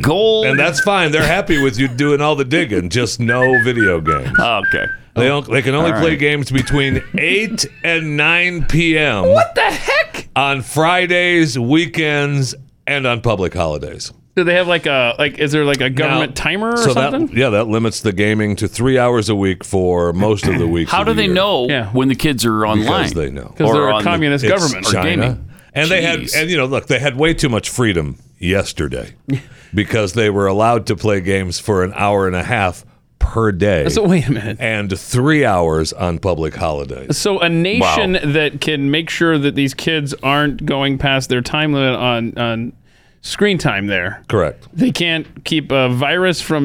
B: gold.
P: And that's fine. They're happy with you doing all the digging, just no video games.
B: okay.
P: They, don't, they can only
B: All
P: play
B: right.
P: games between 8 and 9 p.m. What the heck? On Fridays, weekends, and on public holidays.
D: Do they have like a like? Is there like a government timer or
P: so
D: something?
P: that yeah, that limits the gaming to three hours a week for most of the week.
B: How do they know when the kids are online?
P: Because they know.
B: Or on the-
P: It's
B: Or
P: China.
B: gaming.
P: And they had, and you know, look, they had way too much freedom yesterday because they were allowed to play games for an hour and a half per day.
D: So wait a minute.
P: And three hours on public holidays.
D: So a nation that can make sure that these kids aren't going past their time limit on on screen time there.
P: Correct.
D: They can't keep a virus from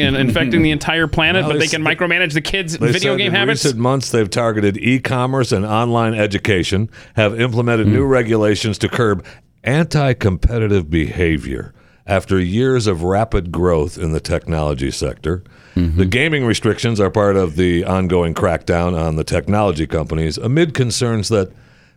D: and infecting the entire planet,
P: No,
D: but
P: they
D: they can
P: s-
D: micromanage the kids'
P: They
D: video
P: said
D: game
P: in
D: habits.
P: recent months, they've targeted e-commerce and online education, have implemented
D: Hmm.
P: new regulations to curb anti-competitive behavior after years of rapid growth in the technology sector.
D: Mm-hmm.
P: The gaming restrictions are part of the ongoing crackdown on the technology companies amid concerns that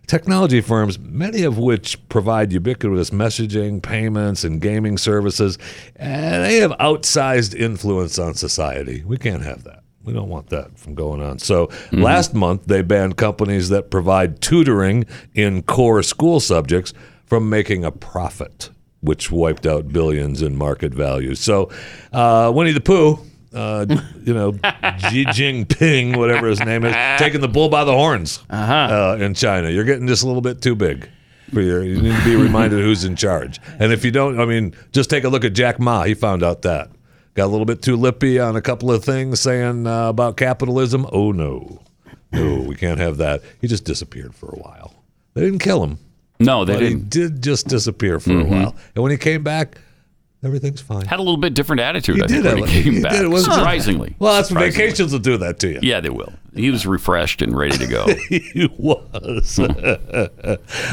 P: technology firms, many of which provide ubiquitous messaging, payments, and gaming services, eh, they have outsized influence on society. We can't have that. We don't want that from going on. So last month, they banned companies that provide tutoring in core school subjects from making a profit, which wiped out billions in market value. So uh, Winnie the Pooh. Uh, you know, Xi Jinping, whatever his name is, taking the bull by the horns uh, in China. You're getting just a little bit too big. For your, you need to be reminded who's in charge. And if you don't, I mean, just take a look at Jack Ma. He found out that. Got a little bit too lippy on a couple of things saying uh, about capitalism. Oh, no. No, we can't have that. He just disappeared for a while. They didn't kill him.
B: No, they
P: but
B: didn't.
P: He did just disappear for
B: Mhm.
P: a while. And when he came back, everything's fine.
B: Had a little bit different attitude.
P: He
B: I think,
P: did
B: when
P: have-
B: he came
P: he
B: back.
P: did. It wasn't-
B: surprisingly.
P: Well, that's
B: Surprisingly.
P: vacations will do that to you.
B: Yeah, they will. He was refreshed and ready to go.
P: he was.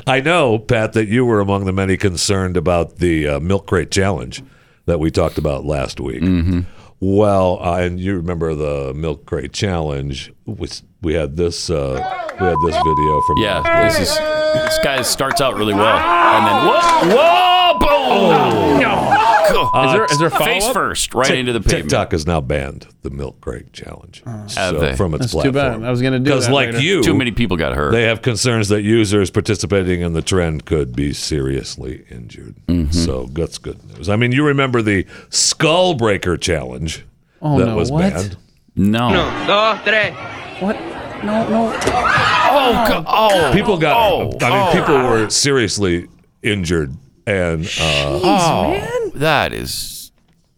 P: I know, Pat, that you were among the many concerned about the uh, milk crate challenge that we talked about last week.
B: Mm-hmm.
P: Well, uh, and you remember the milk crate challenge? Which we had this. Uh, we had this video from.
B: Yeah, this is this guy starts out really well, and then whoa, whoa, boom!
P: Oh. Uh,
B: Is there, is there a
P: t-
B: face first, right
P: Tik-
B: into the pavement?
P: TikTok has now banned the milk crate challenge
B: Have they?
P: from its
D: Oh. That's too
P: platform.
D: bad. I was gonna do
P: because,
D: that
P: like
D: later.
P: you,
D: Too
B: many people got hurt.
P: They have concerns that users participating in the trend could be seriously injured.
B: Mm-hmm.
P: So that's good news. I mean, you remember the Skull Breaker challenge
D: Oh,
P: that
D: no,
P: was
D: what?
P: banned.
B: No.
F: Uno, dos, tres.
D: What?
J: No, no.
B: Oh, go- oh.
P: people got.
B: Oh,
P: I mean,
B: oh.
P: people were seriously injured, and uh,
B: man. that is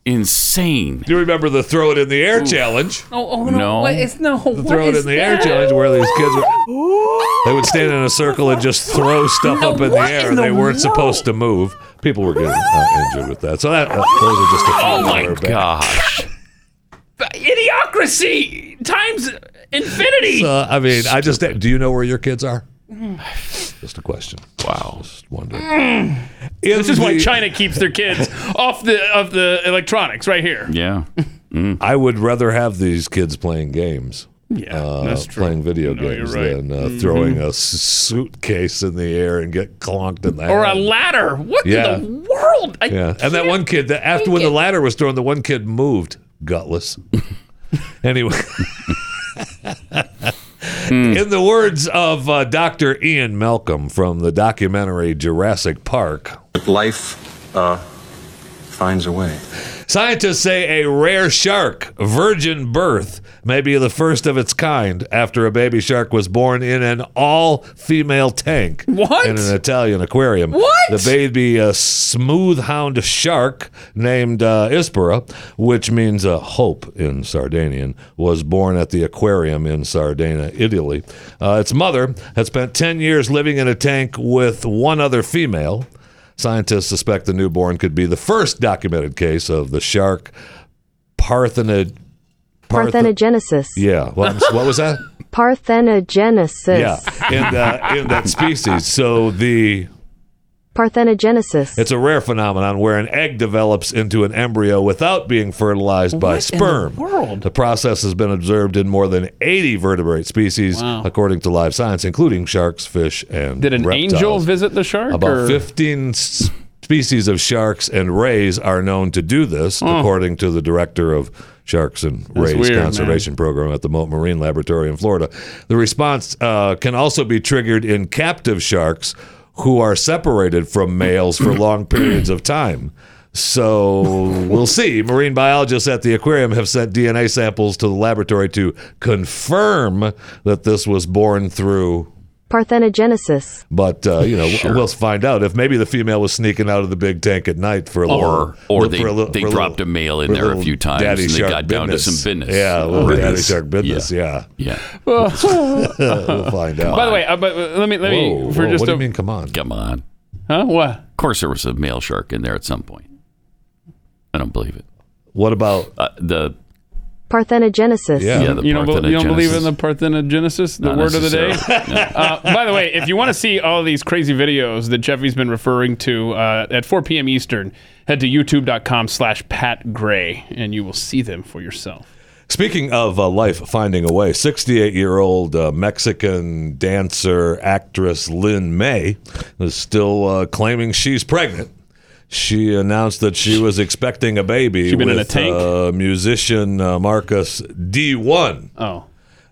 B: insane. Do
P: you remember the throw it in the air challenge?
C: Oh, oh no.
P: No.
C: What is, no
P: The throw it in the air challenge where these kids were, they would stand in a circle and just throw stuff up in the
C: what
P: air
C: in
P: and
C: the
P: they weren't
C: world?
P: supposed to move. People were getting uh, injured with that. So that uh, those are just a few. that
B: Oh, my
P: were bad.
B: gosh.
D: Idiocracy times infinity.
P: So, I mean, I just do you know where your kids are?
C: Mm.
P: Just a question. Wow. Just wondering.
D: Mm. this is why
P: the-
D: China keeps their kids off the of the electronics right here.
B: Yeah.
P: I would rather have these kids playing games.
D: Yeah,
P: uh,
D: that's true.
P: Playing video
D: you're
P: games
D: right.
P: than uh,
D: Mhm.
P: throwing a s- suitcase in the air and get clonked in the
D: Or a
P: head.
D: ladder. What
P: Yeah.
D: in the world? I,
P: yeah, and that one kid that after when the ladder was thrown, the one kid moved gutless. anyway, in the words of uh, Dr. Ian Malcolm from the documentary Jurassic Park,
F: Life uh, finds a way.
P: scientists say a rare shark, virgin birth, may be the first of its kind after a baby shark was born in an all-female tank
D: What?
P: in an Italian aquarium.
D: What?
P: The baby uh, smooth hound shark named uh, Ispera, which means uh, hope in Sardinian, was born at the aquarium in Sardinia, Italy. Uh, its mother had spent 10 years living in a tank with one other female. Scientists suspect the newborn could be the first documented case of the shark parthenid. parthe-
Q: Parthenogenesis.
P: yeah. What, what was that?
Q: Parthenogenesis.
P: Yeah. In, uh, in that species. So the
Q: Parthenogenesis.
P: It's a rare phenomenon where an egg develops into an embryo without being fertilized by
Q: What in the
P: sperm. the process has been observed in more than 80 vertebrate species,
D: Wow.
P: according to Live Science, including sharks, fish, and
D: Did an
P: reptiles.
D: angel visit the shark?
P: About
D: or?
P: 15 s- species of sharks and rays are known to do this, according to the director of Sharks and
D: Oh. That's
P: Rays
D: weird,
P: Conservation Program at the Moat Marine Laboratory in Florida. The response uh, can also be triggered in captive sharks who are separated from males for long periods of time. So we'll see. Marine biologists at the aquarium have sent DNA samples to the laboratory to confirm that this was born through
Q: Parthenogenesis.
P: but uh, you know, we'll find out if maybe the female was sneaking out of the big tank at night for a little,
B: Or or
P: for
B: they,
P: a little-
B: they
P: for a
B: dropped a
P: little-
B: male
P: for
B: in there a
P: little
B: few times
P: daddy
B: and they
P: shark
B: got down to some business.
P: Yeah, a little daddy
B: Business.
P: shark business. Yeah,
B: yeah.
P: we'll find out.
D: By the way, uh, but uh, let me let me for just a,
P: Come on.
B: Come on.
D: Huh? What? Of
B: course, there was a male shark in there at some point. I don't believe it.
P: What about
B: uh, the?
Q: Parthenogenesis.
B: Yeah, the
D: you don't, be- you don't believe in
B: parthenogenesis.
D: the parthenogenesis, the
B: Not
D: word of the day.
B: necessarily,
D: uh, by the way, if you want to see all these crazy videos that Jeffy's been referring to uh, at 4 p.m. Eastern, head to youtube.com/slash Pat Gray, and you will see them for yourself.
P: Speaking of uh, life finding a way, 68 year old uh, Mexican dancer, actress Lynn May is still uh, claiming she's pregnant. She announced that she was expecting a baby
D: She been in a
P: with
D: tank?
P: Uh, musician uh, Marcus D1.
D: Oh.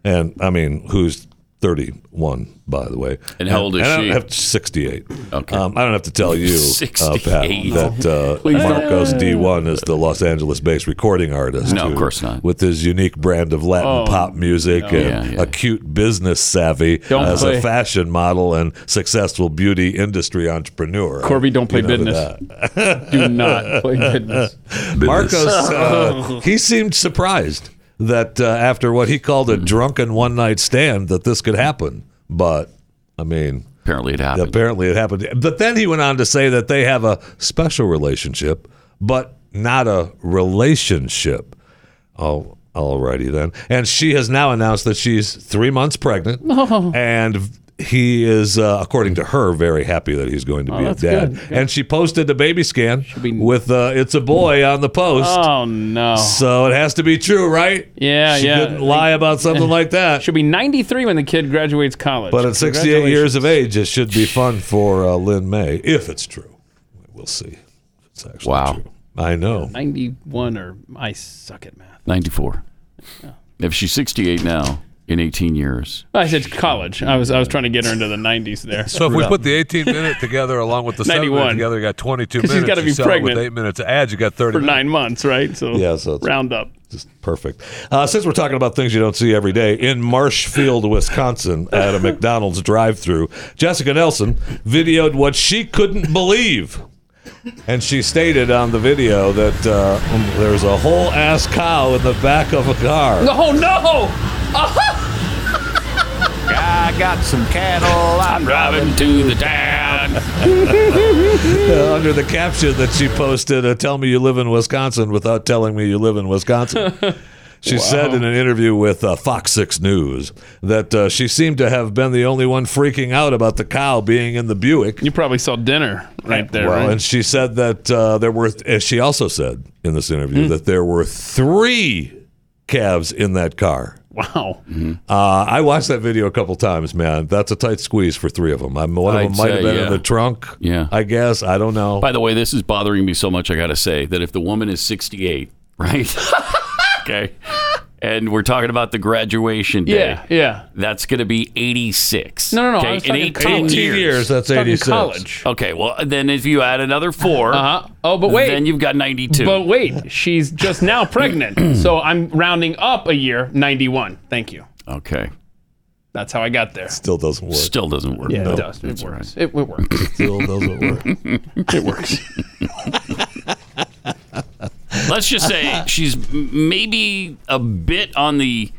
P: And I mean, who's 31, by the way.
B: And how old is
P: I don't
B: she?
P: have to- 68. Okay. Um, I don't have to tell you, uh, Pat,
B: 68.
P: that uh,
B: Please don't.
P: Marcos D1 is the Los Angeles based recording artist.
B: No, of
P: who-
B: course not.
P: With his unique brand of Latin
B: Oh,
P: pop music
B: no.
P: and
B: Yeah, yeah.
P: acute business savvy
D: Don't
P: as
D: play.
P: a fashion model and successful beauty industry entrepreneur.
D: Corby, don't play
P: You know
D: business.
P: that.
B: Oh.
D: Do not play business.
P: Marcos, uh, he seemed surprised that uh, after what he called a drunken one night stand, that this could happen. But I mean,
B: apparently it happened.
P: Apparently it happened. But then he went on to say that they have a special relationship, but not a relationship. Oh, alrighty then. And she has now announced that she's three months pregnant, and. He is, uh, according to her, very happy that he's going to be a
D: that's
P: dad.
D: good.
P: And she posted the baby scan with uh, "It's a boy" on the post.
D: Oh no!
P: So it has to be true, right?
D: Yeah,
P: She
D: yeah.
P: couldn't lie about something like that.
D: She'll be 93 when the kid graduates college.
P: But at 68
D: Congratulations.
P: years of age, it should be fun for uh, Lynn May, if it's true. We'll see. If it's actually wow. True. I know.
D: 91 or I suck at math.
B: 94. If she's 68 now, in 18 years.
D: I said college. I was I was trying to get her into the 90s there.
P: So if we put the 18 minute together along with the 7 minute
D: 91.
P: together, you got 22
D: 'Cause
P: minutes.
D: she's gotta
P: You
D: be
P: sell it
D: pregnant
P: With 8 minutes of ads, you got 30
D: for
P: minutes.
D: nine months, right? So
P: Yeah, so it's-
D: round up.
P: Perfect. Uh, since we're talking about things you don't see every day, in Marshfield, Wisconsin, at a McDonald's drive thru, Jessica Nelson videoed what she couldn't believe. And she stated on the video that uh, there's a whole ass cow in the back of a car.
C: Oh no!
B: I got some cattle. I'm driving to the town.
P: Uh, under the caption that she posted, uh, "Tell me you live in Wisconsin without telling me you live in Wisconsin." She said in an interview with uh, Fox 6 News that uh, she seemed to have been the only one freaking out about the cow being in the Buick.
D: You probably saw dinner right there.
P: well,
D: right?
P: and she said that uh, there were. and she also said in this
D: Hmm.
P: interview that there were three calves in that car.
D: Wow.
P: Uh, I watched that video a couple times, man. That's a tight squeeze for three of them. I'm, one of
B: I'd
P: them might have
B: say,
P: been
B: yeah.
P: in the trunk.
B: Yeah.
P: I guess. I don't
D: Oh.
P: know.
B: By the way, this is bothering me so much, I got to say that if the woman is 68, right? okay. And we're talking about the graduation day.
D: Yeah, yeah.
B: That's going to be 86.
D: No, no, no, I
B: Okay,
D: was
B: in
D: talking
B: 18
D: college.
B: years.
D: 18 years, that's Talking 86. college.
B: Okay, well, then if you add another four.
D: Uh-huh. Oh, but wait.
B: Then you've got 92.
D: But wait, she's just now pregnant. so I'm rounding up a year, 91. Thank you.
B: okay.
D: That's how I got there.
P: Still doesn't work.
B: Still doesn't work.
D: Yeah,
B: No,
D: it does. It
B: that's
D: works.
B: right.
D: It, it works.
P: Still doesn't work.
D: it works.
P: uh,
B: Let's just say she's m- maybe a bit on the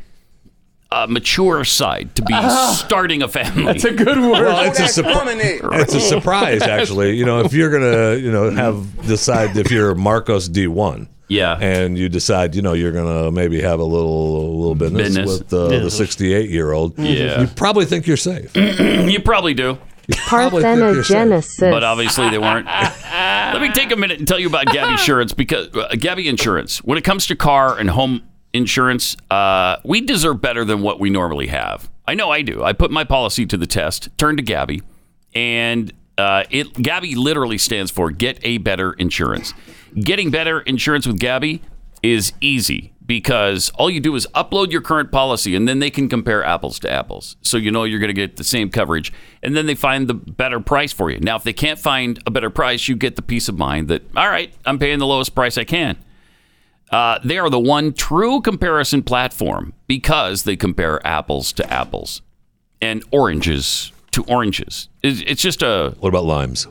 B: uh, mature side to be
C: Ah,
B: starting a family.
C: that's a good word.
P: Well, it's a, surpri-
C: surprise.
P: it's a surprise, actually. You know, if you're gonna, you know, have decide if you're Marcos D one,
B: yeah,
P: and you decide, you know, you're gonna maybe have a little, a little business,
B: Business.
P: with uh,
B: Yeah.
P: the 68 year old,
B: Yeah.
P: you probably think you're safe.
B: you probably do.
Q: Parthenogenesis.
B: But obviously they weren't. Let me take a minute and tell you about Gabby Insurance because uh, Gabby Insurance, when it comes to car and home insurance, uh, we deserve better than what we normally have. I know I do. I put my policy to the test, turned to Gabby, and uh, it Gabby literally stands for Get a Better Insurance. Getting better insurance with Gabby is easy because all you do is upload your current policy and then they can compare apples to apples. So you know you're going to get the same coverage and then they find the better price for you. Now, if they can't find a better price, you get the peace of mind that, all right, I'm paying the lowest price I can. Uh, they are the one true comparison platform because they compare apples to apples and oranges to oranges. It's, it's just a.
P: What about limes?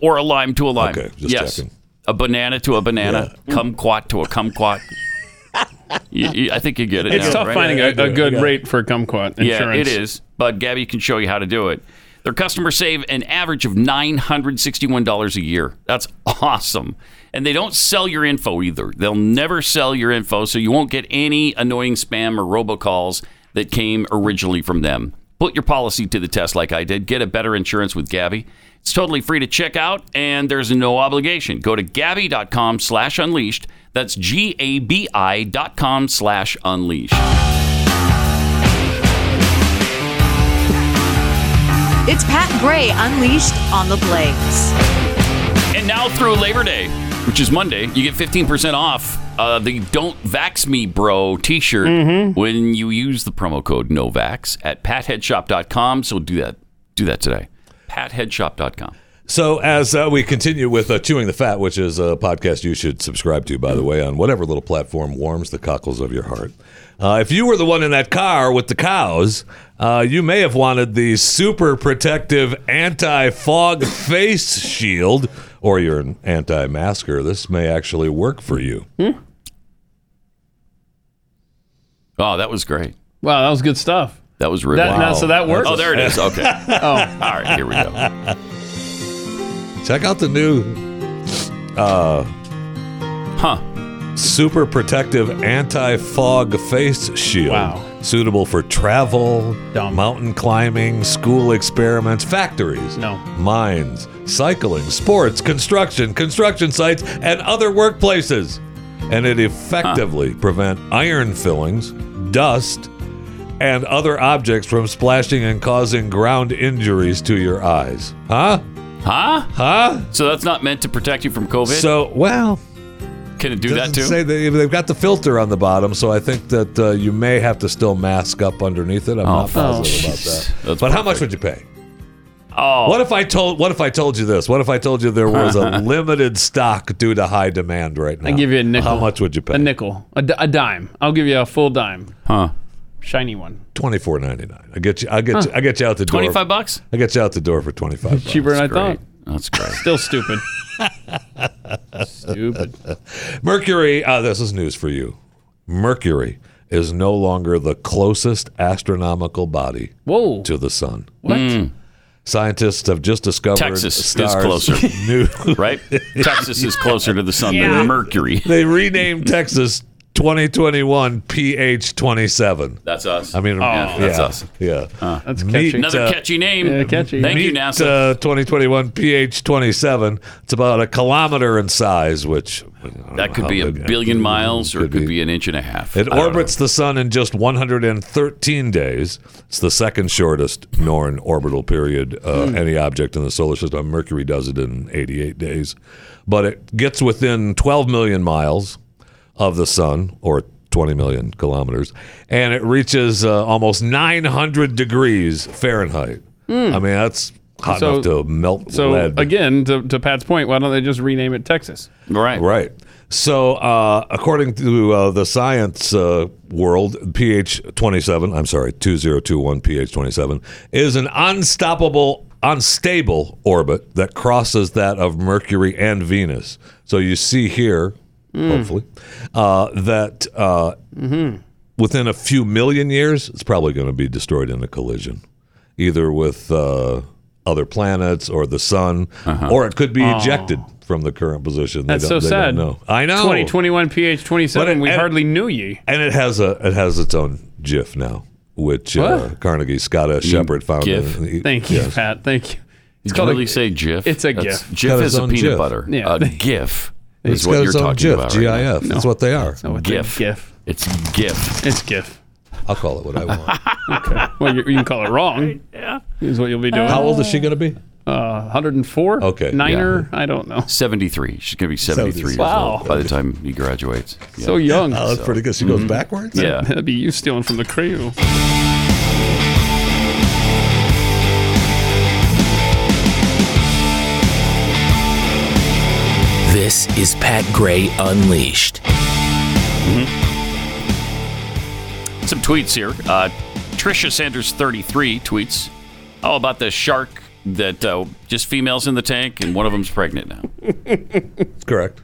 B: Or a lime to a lime.
P: Okay, just
B: yes.
P: checking.
B: A banana to a banana, kumquat to a kumquat. You- you- I think you get it.
D: It's
B: now,
D: tough
B: right?
D: finding a, a good rate for kumquat uh, insurance.
B: Yeah, it is. But Gabby can show you how to do it. Their customers save an average of $961 a year. That's awesome. And they don't sell your info either. They'll never sell your info, so you won't get any annoying spam or robocalls that came originally from them. Put your policy to the test like I did. Get a better insurance with Gabby. It's totally free to check out, and there's no obligation. Go to gabby.com slash unleashed. That's G-A-B-I dot com slash unleashed.
R: It's Pat Gray unleashed on the Blaze.
B: And now through Labor Day, which is Monday, you get 15% off uh, the Don't Vax Me Bro t shirt
D: Mm-hmm.
B: when you use the promo code NOVAX at patheadshop.com. So do that. Do that today. Patheadshop.com.
P: So, as uh, we continue with uh, Chewing the Fat, which is a podcast you should subscribe to, by the way, on whatever little platform warms the cockles of your heart. Uh, if you were the one in that car with the cows, uh, you may have wanted the super protective anti fog face shield, or you're an anti masker. This may actually work for you.
B: Hmm? Oh, that was great.
D: Wow, that was good stuff.
B: That was really
D: That- now, so that works?
B: Oh, there it is. Okay.
D: Oh.
B: All right, here we go.
P: Check out the new, uh,
B: huh,
P: super protective anti-fog face shield. Wow, suitable for travel, mountain climbing, school experiments, factories, no mines, cycling, sports, construction, construction sites, and other workplaces. And it effectively prevent iron fillings, dust, and other objects from splashing and causing ground injuries to your eyes. Huh?
B: Huh?
P: Huh?
B: So that's not meant to protect you from COVID?
P: So, well,
B: Can it do that
P: Doesn't
B: too?
P: Say they, they've got the filter on the bottom, so I think that uh, you may have to still mask up underneath it. I'm
B: Oh,
P: not positive
B: oh,
P: about
B: jeez.
P: that.
B: That's
P: but how much
B: perfect.
P: would you pay?
B: Oh.
P: What if I told What if I told you this? What if I told you there was a limited stock due to high demand right now?
D: I give you a nickel.
P: How much would you pay?
D: A nickel, a, di- a dime. I'll give you a full dime,
B: Huh?
D: shiny one.
P: Twenty four ninety nine. I get you. I get
D: Huh.
P: you. I get you out the door.
D: 25 bucks?
P: I get you out the door for twenty five.
D: Cheaper than I thought.
B: That's great.
D: Still stupid.
P: Stupid. Mercury, uh, this is news for you. Mercury is no longer the closest astronomical body
D: Whoa.
P: to the sun.
D: What?
P: Scientists have just discovered
B: Hmm. Texas is
P: stars
B: closer.
P: New,
B: right? Texas is closer to the sun
P: Yeah.
B: than Mercury.
P: They renamed Texas 2021 PH 27.
B: That's us.
P: I mean,
B: Oh,
P: yeah,
B: that's us.
P: Yeah.
D: That's
B: catchy. Another catchy name. Yeah, catchy. Thank you, NASA.
P: Uh, 2021 PH 27. It's about a kilometer in size, which
B: That could be a billion miles, or it could be, an inch and a half.
P: It
B: I don't
P: orbits the sun in just 113 days. It's the second shortest known orbital period uh,
B: Hmm.
P: any object in the solar system. Mercury does it in 88 days, but it gets within 12 million miles of the sun, or 20 million kilometers, and it reaches uh, almost 900 degrees Fahrenheit.
D: Hmm.
P: I mean, that's hot
D: So-
P: enough to melt
D: So
P: lead.
D: again, to, to Pat's point, why don't they just rename it Texas?
B: Right.
P: Right. So, uh, according to uh, the science uh, world, pH 27, I'm sorry, 2021 pH 27, is an unstoppable, unstable orbit that crosses that of Mercury and Venus. So, you see here,
D: Mm.
P: hopefully, uh, that uh, within a few million years, it's probably going to be destroyed in a collision, either with uh, other planets or the sun, or it could be
D: Aw.
P: ejected from the current position. They
D: That's so
P: don't- they don't
D: sad.
P: know. I know.
D: 2021 PH 27. we hardly knew ye.
P: And it has a it has its own GIF now, which uh,
D: What?
P: Carnegie Scott S. Shepherd found.
B: GIF?
P: in-
D: Thank you,
P: Yes.
D: Pat. Thank you.
B: Did you really say GIF?
D: It's a
B: That's-
D: GIF.
B: GIF
P: Got his
B: is a
P: own
B: peanut
P: GIF.
B: butter.
D: Yeah.
B: A GIF
D: It's
B: is
D: got
B: what you're
D: his own
B: talking
D: GIF,
B: about. right now.
P: GIF. That's what they are.
D: No, it's a
B: GIF.
D: GIF.
B: It's GIF.
D: It's GIF.
P: I'll call it what I want.
D: okay. Well, you, you can call it wrong. yeah. Is what you'll be doing.
P: How old is she going to be?
D: Uh, 104.
B: Okay.
D: Niner. I don't know.
B: 73. She's going to be 73 years
D: Wow.
B: old by the time he graduates.
D: So young.
B: Oh, that's pretty
P: good. She
B: goes backwards? Yeah.
D: That'd be you stealing from the cradle.
S: This is Pat Gray Unleashed.
B: Mm-hmm.
D: Mm-hmm.
B: Some tweets here. Uh, Trisha Sanders, 33, tweets. Oh, about the shark that uh, just females in the tank, and one of them's pregnant now.
P: Correct.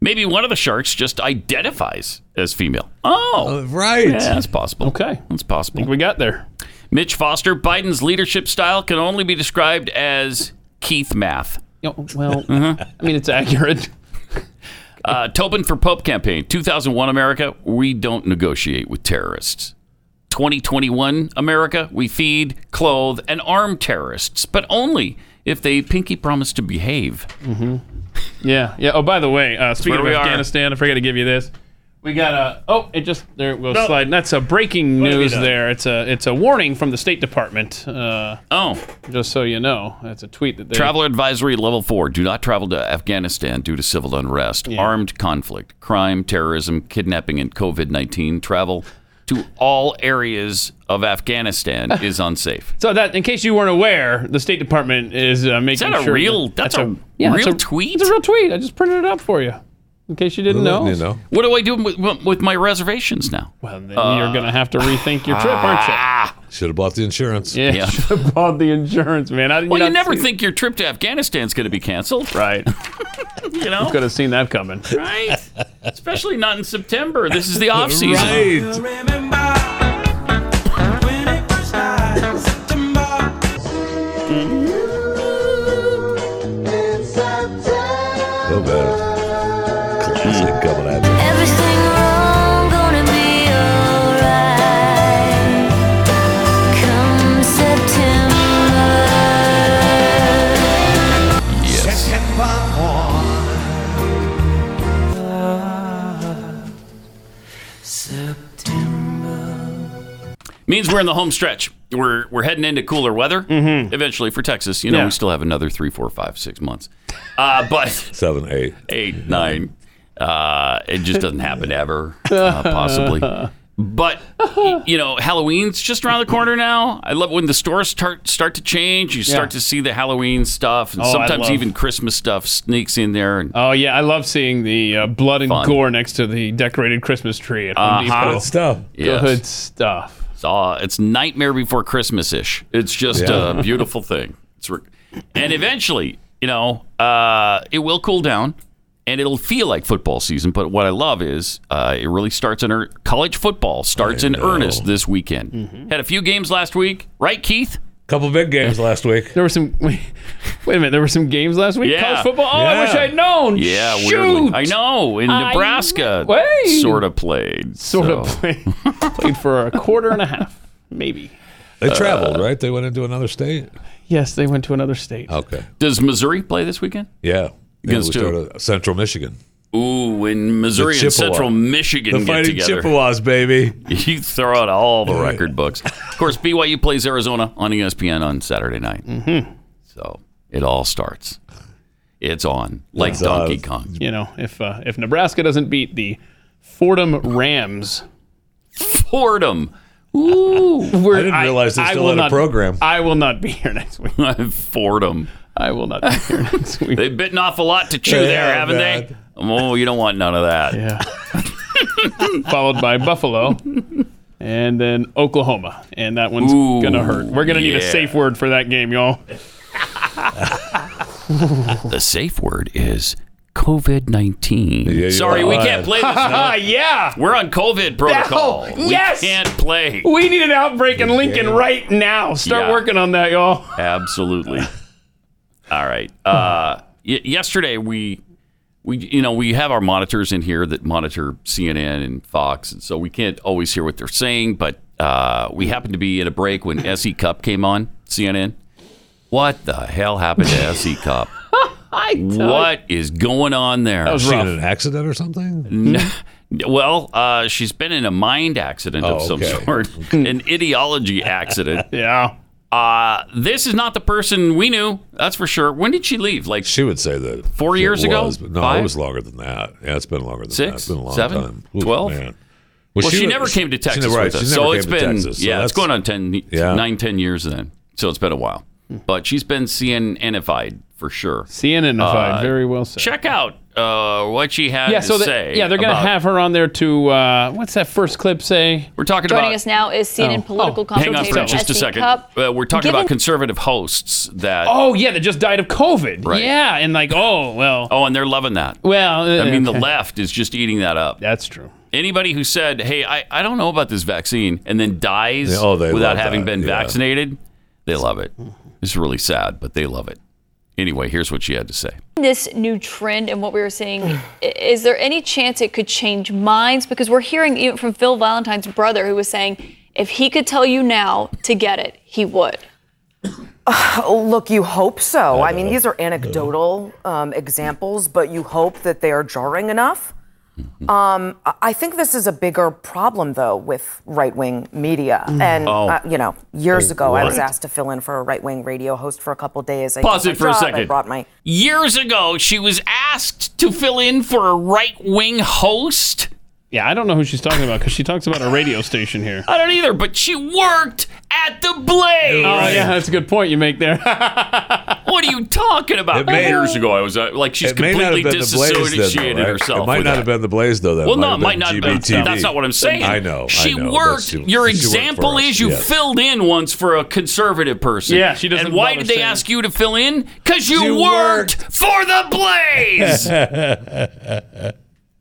B: Maybe one of the sharks just identifies as female. Oh,
P: right.
B: Yeah, that's possible. Okay, that's possible.
D: we got there.
B: Mitch Foster, Biden's leadership style can only be described as Keith math.
D: Yo, well,
B: Mm-hmm.
D: I mean, it's accurate.
B: Uh, Tobin for Pope campaign, 2001 America, we don't negotiate with terrorists. 2021 America, we feed, clothe, and arm terrorists, but only if they pinky promise to behave.
D: Mm-hmm. Yeah. Yeah. Oh, by the way, uh, speaking
B: where
D: of
B: we are.
D: Afghanistan, I forgot to give you this. We got a. Oh, it just there it goes
B: No.
D: sliding. That's a breaking
B: What have you
D: news.
B: done?
D: There, it's a it's a warning from the State Department. Uh,
B: oh,
D: just so you know, that's a tweet that they
B: Traveler advisory level four. Do not travel to Afghanistan due to civil unrest, armed conflict, crime, terrorism, kidnapping, and COVID 19. Travel to all areas of Afghanistan is unsafe.
D: So that, in case you weren't aware, the State Department is uh, making
B: that a
D: sure
B: real- Uh, that's a
D: it's
B: real
D: tweet. It's a real tweet. I just printed it out for you, in case you didn't know.
B: What do I do with, with my reservations now?
D: Well, then you're going to have to rethink your trip, aren't you?
B: Ah.
P: Should have bought the insurance.
D: Yeah, should have bought the insurance, man. I didn't.
B: Well, you
D: not
B: never
D: see-
B: think your trip to Afghanistan's going to be canceled,
D: right?
B: you
D: You
B: know,
D: could have seen that coming.
B: right? Especially not in September. This is the off season.
P: So bad. Classic
B: Hmm.
P: coming at you.
B: Means we're in the home stretch. We're we're heading into cooler weather eventually for Texas. You know,
D: Mm-hmm. Yeah.
B: we still have another three, four, five, six months. Uh, but
P: seven, eight,
B: eight, nine. Uh, it just doesn't happen ever, uh, possibly. But y- you know, Halloween's just around the corner now. I love when the stores start start to change. You start
D: Yeah.
B: to see the Halloween stuff, and
D: Oh, I
B: sometimes
D: love-
B: even Christmas stuff sneaks in there. And
D: Oh yeah, I love seeing the uh, blood and gore next to the decorated Christmas tree at Home
B: Uh-huh.
D: Depot.
B: Good stuff. Yes.
D: Good stuff.
B: It's, uh, it's nightmare before Christmas ish. It's just
D: Yeah.
B: a beautiful thing. It's re- and eventually, you know, uh, it will cool down and it'll feel like football season. But what I love is uh, it really starts in ear- college football starts in earnest this weekend.
D: Mm-hmm.
B: Had a few games last week, right, Keith?
P: Couple big games last week.
D: There were some. Wait, wait a minute. There were some games last week.
B: Yeah.
D: College football. Oh, I
B: Yeah.
D: wish I'd known.
B: Yeah,
D: Shoot.
B: weirdly. I know. In
D: I
B: Nebraska,
D: kn- wait.
B: sort of played.
D: Sort of
B: so.
D: played, played for a quarter and a half, maybe.
P: They
B: uh,
P: traveled, right? They went into another state.
D: Yes, they went to another state.
P: Okay.
B: Does Missouri play this weekend?
P: Yeah.
B: Against
P: Yeah, we
B: who?
P: go to Central Michigan.
B: Ooh, when Missouri
P: The
B: and
P: Chippewa.
B: Central Michigan
P: The
B: get
P: Fighting
B: together.
P: Chippewas, baby.
B: You throw out all the record books. Of course, BYU plays Arizona on E ESPN on Saturday night.
D: Mm-hmm.
B: So it all starts. It's on like Donkey Kong.
D: You know, if uh, if Nebraska doesn't beat the Fordham Rams,
B: Fordham. Ooh,
P: I didn't realize they
D: I
P: still
D: will
P: had a
D: not-
P: program.
D: I will not be here next week.
B: Fordham.
D: I will not be here next week.
B: They've bitten off a lot to chew
D: Yeah,
B: there, haven't they? Oh, you don't want none of that.
D: Yeah. Followed by Buffalo, and then Oklahoma, and that one's
B: Ooh,
D: gonna hurt. We're gonna need
B: yeah.
D: a safe word for that game, y'all.
B: the safe word is COVID 19. Sorry, we can't play this. now.
D: yeah.
B: We're on COVID protocol.
D: No,
B: We
D: yes.
B: can't play.
D: We need an outbreak in Lincoln
B: Yeah.
D: right now. Start
B: Yeah.
D: working on that, y'all.
B: Absolutely. All right. Uh, y- yesterday we we you know we have our monitors in here that monitor CNN and Fox, and so we can't always hear what they're saying. But uh, we happened to be in a break when SE Cup came on CNN. What the hell happened to SE Cup?
D: I
B: What is going on there?
P: She in an accident or something?
B: N- well, uh, she's been in a mind accident of
P: Oh,
B: some
P: okay.
B: sort, an ideology accident.
D: yeah.
B: Uh, this is not the person we knew. That's for sure. When did she leave? Like
P: she would say that
B: four
P: It was,
B: years ago.
P: but No,
B: Five?
P: it was longer than that. Yeah, it's been longer than that.
B: Six,
P: It's been a long
B: seven,
P: time. Ooh,
B: 12?
P: man.
B: Well, she,
P: was-
B: never came to
P: she
B: Texas
P: never- right,
B: with us,
P: she never
B: so
P: came
B: it's
P: to
B: been
P: Texas, so
B: yeah,
P: that's-
B: it's going on 10,
P: Yeah. Hmm.
B: nine, 10 years then. So it's been a while, but she's been CNNified for sure.
D: CNNified,
B: Uh,
D: very well said.
B: Check out uh, what she had
D: yeah,
B: to
D: so they-
B: say.
D: yeah, they're gonna
B: about-
D: have her on there to uh, what's that first clip say?
B: We're talking
T: Joining
B: about-
T: us now is CNN
D: Oh.
T: political
D: Oh.
B: Hang on
T: commentator
B: for just a
T: Essie
B: second.
T: Cupp.
B: Uh, we're talking
T: Given-
B: about conservative hosts that.
D: Oh yeah, that just died of COVID.
B: Right.
D: Yeah, and like oh well.
B: Oh, and they're loving that.
D: Well, uh,
B: I mean, the
D: okay.
B: left is just eating that up.
D: That's true.
B: Anybody who said, "Hey, I, I don't know about this vaccine," and then dies
P: Yeah, oh, they
B: without
P: love
B: having
P: that,
B: been
P: yeah.
B: vaccinated, they love it.
D: Mm-hmm.
B: It's really sad, but they love it. Anyway, here's what she had to say.
T: this new trend and what we were seeing, i- is there any chance it could change minds? Because we're hearing even from Phil Valentine's brother who was saying if he could tell you now to get it, he would.
U: Oh, look, you hope so. I mean, these are anecdotal um, examples, but you hope that they are jarring enough.
B: Mm-hmm.
U: Um, I- I think this is a bigger problem, though, with right wing media.
V: Mhm.
U: And,
V: Oh.
U: uh, you know, years
B: Mm. Oh,
U: ago, I was
B: what?
U: asked to fill in for a right wing radio host for a couple days. I
B: Pause
U: quit
B: it
U: my
B: for a
U: job. I
B: second.
U: brought my
B: Years ago, she was asked to fill in for a right-wing host.
D: Yeah, I don't know who she's talking about because she talks about a radio station here.
B: I don't either, but she worked at the Blaze.
D: Oh yeah, that's a good point you make there.
B: What are you talking about?
P: It may-
B: Years ago, I was uh, like, she's
P: It may not
B: completely
P: have been the Blaze then, though,
B: disassociated
P: right?
B: herself.
P: It might
B: with
P: not
B: that.
P: have been the Blaze though. That
B: well, no,
P: might
B: it might not.
P: have
B: have
P: been
B: been-
P: GBTV.
B: That's not what I'm saying.
P: I know. I
B: She
P: know, but
B: worked.
P: she-
B: your
P: she worked for
B: example
P: us,
B: is you
P: yes.
B: filled in once for a conservative person.
D: Yeah, she doesn't
B: And why
D: bother
B: did they
D: saying.
B: ask you to fill in? Because you,
D: You
B: worked, for the Blaze.
P: Blaze.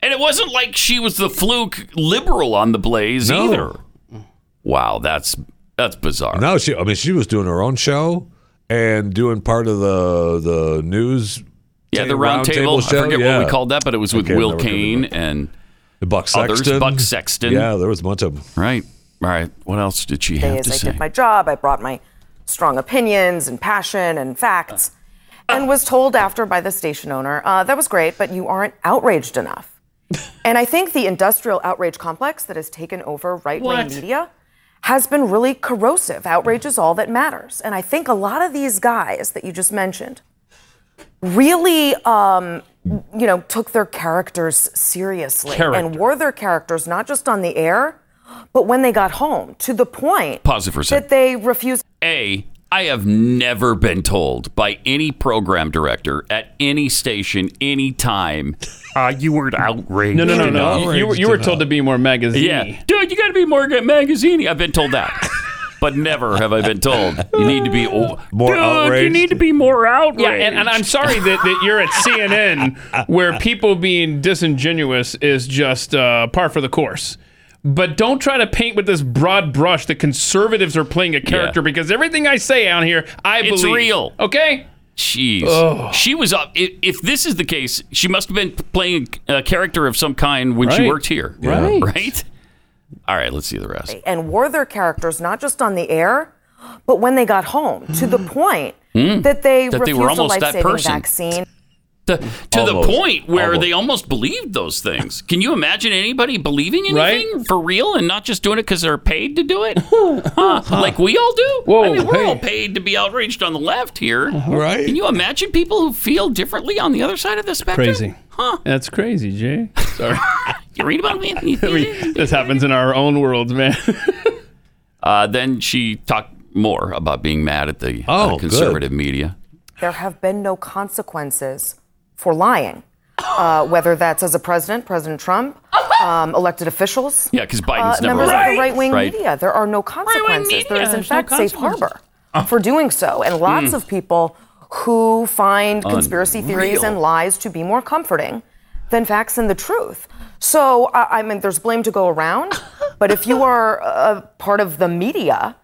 B: and it wasn't like she was the fluke liberal on the Blaze
P: No.
B: either. Wow, that's that's bizarre.
P: No, she. I mean, she was doing her own show and doing part of the the news.
B: Yeah, the
P: ta-
B: round table. I
P: show,
B: forget
P: yeah.
B: what we called that, but it was
P: I
B: with
P: can't
B: Will
P: remember.
B: Kane and
P: Buck Sexton.
B: Others, Buck Sexton.
P: Yeah, there was a bunch of them.
B: Right. All right. What else did she have
U: days
B: to
U: I
B: say?
U: did my job. I brought my strong opinions and passion and facts and was told after by the station owner, uh, that was great, but you aren't outraged enough. and I think the industrial outrage complex that has taken over right wing
W: What?
U: media has been really corrosive. Outrage is all that matters. And I think a lot of these guys that you just mentioned really, um, you know, took their characters seriously and
B: Character.
U: wore their characters not just on the air, but when they got home to the point
B: Pause it for a second.
U: that they refused.
B: A, I have never been told by any program director at any station, any time. Uh, you weren't outraged.
D: No, no, no, no. You, you were told to be more magazine.
B: Yeah. Dude, you got to be more magazine I've been told that. but never have I been told you need to be o-
P: more
B: Dude, You
P: outraged?
B: need to be more outraged.
D: Yeah, and, and I'm sorry that, that you're at CNN where people being disingenuous is just uh, par for the course. But don't try to paint with this broad brush that conservatives are playing a character because everything I say on here, I
B: It's
D: believe.
B: real.
D: Okay?
B: Jeez. She was up. i- If this is the case, she must have been playing a character of some kind when she
U: Right.
B: worked here.
U: Right.
B: Right? All right, let's see the rest.
U: and wore their characters not just on the air, but when they got home to the point
B: Mm.
U: that they
B: Hmm. That they
U: refused
B: were
U: a
B: almost that
U: life-saving
B: person.
U: vaccine.
B: to
P: Almost.
B: the point where
P: Almost.
B: they almost believed those things. Can you imagine anybody believing anything for real and not just doing it because they're paid to do it? Huh, Like we all do? I mean, we're all paid to be outraged on the left here.
D: Oh, Uh-huh. Right.
B: Can you imagine people who feel differently on the other side of the spectrum?
D: Crazy.
B: Huh.
D: That's crazy, Jay. Sorry.
B: you read about me?
D: this happens in our own worlds, man.
B: Uh, then she talked more about being mad at the
D: Oh,
B: uh, conservative media.
U: There have been no consequences for lying, uh, whether that's as a president, President Trump, um, elected officials,
B: Yeah, because Biden's
U: uh,
B: never
U: members of the right-wing media. There are no consequences. there is, in
B: there's no
U: fact, safe
B: consequences.
U: harbor for doing so, and lots
B: Mm.
U: of people who find conspiracy theories
B: Unreal.
U: and lies to be more comforting than facts and the truth. So, I I mean, there's blame to go around, but if you are a part of the media,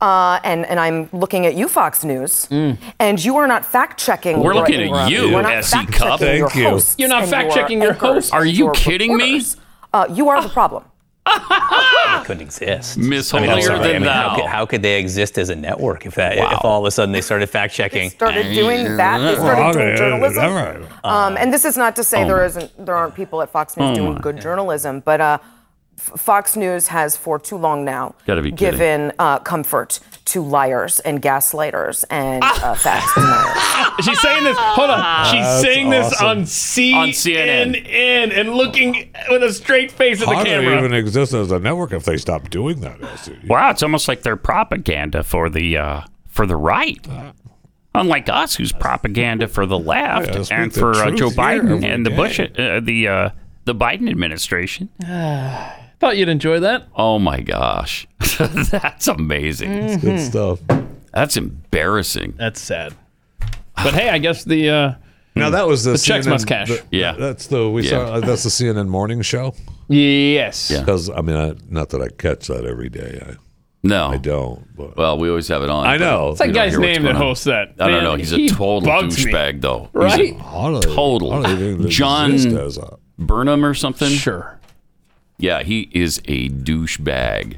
U: uh, and, and I'm looking at you, Fox News, and you are not fact checking.
B: Mm. We're looking at you,
U: We're not
B: SE
U: fact
B: Cup.
U: checking your
B: Thank you.
U: hosts.
B: You're not
U: and
B: fact-checking your
U: anchors
B: hosts.
U: and
B: Are you
U: your
B: kidding me?
U: reporters. Uh, you are the problem.
E: It couldn't exist.
B: Miss
E: I mean, I'm
B: Holier
E: sorry, I
B: than
E: mean, how,
B: thou.
E: could, how could they exist as a network if that if all of a sudden they started fact checking?
U: started doing that. They started doing journalism. Um, and this is not to say
E: Oh
U: there
E: my.
U: isn't there aren't people at Fox News
B: Oh
U: doing
B: my.
U: good journalism, but uh, F- Fox News has for too long now
B: Gotta be kidding.
U: given uh, comfort to liars and gaslighters and uh, facts deniers.
D: She's saying this. Hold
P: Ah.
D: on. She's
U: That's
D: saying this
U: awesome.
D: on CNN, on CNN and looking with a straight face at the
P: How do they
D: camera.
P: even exist as a network if they stop doing that? Elsie?
B: Wow, it's almost like they're propaganda for the uh, for the right. Unlike us, who's propaganda for the left
C: Yeah, speak
B: and
C: the
B: for uh,
C: truth
B: Joe
C: here
B: Biden
C: every
B: and the Bush,
C: day.
B: uh, the uh, the Biden administration.
D: Thought you'd enjoy that.
B: Oh my gosh, that's amazing.
D: It's good Mhm.
P: stuff.
B: That's embarrassing.
D: That's sad. But hey, I guess the uh,
P: Now that was the,
D: the checks
P: CNN
D: must cash.
P: the- that's the we
D: Yeah.
P: saw. uh, That's the CNN morning show.
D: yes.
P: Because I mean, I, not that I catch that every day. I,
B: no,
P: I don't. But
B: Well, we always have it on.
P: I
B: but
P: know.
B: we
P: It's that
B: don't
P: guy's
B: hear what's
P: name that
B: going on.
P: hosts that.
B: I don't
P: Man,
B: know. He's a
P: he
B: total
P: bugs me.
B: douchebag, though.
P: Right?
B: He's a
P: How do they-
B: total
P: how do they even exist as
B: John
P: a-
B: Burnham or something.
D: Sure.
B: Yeah, he is a douchebag.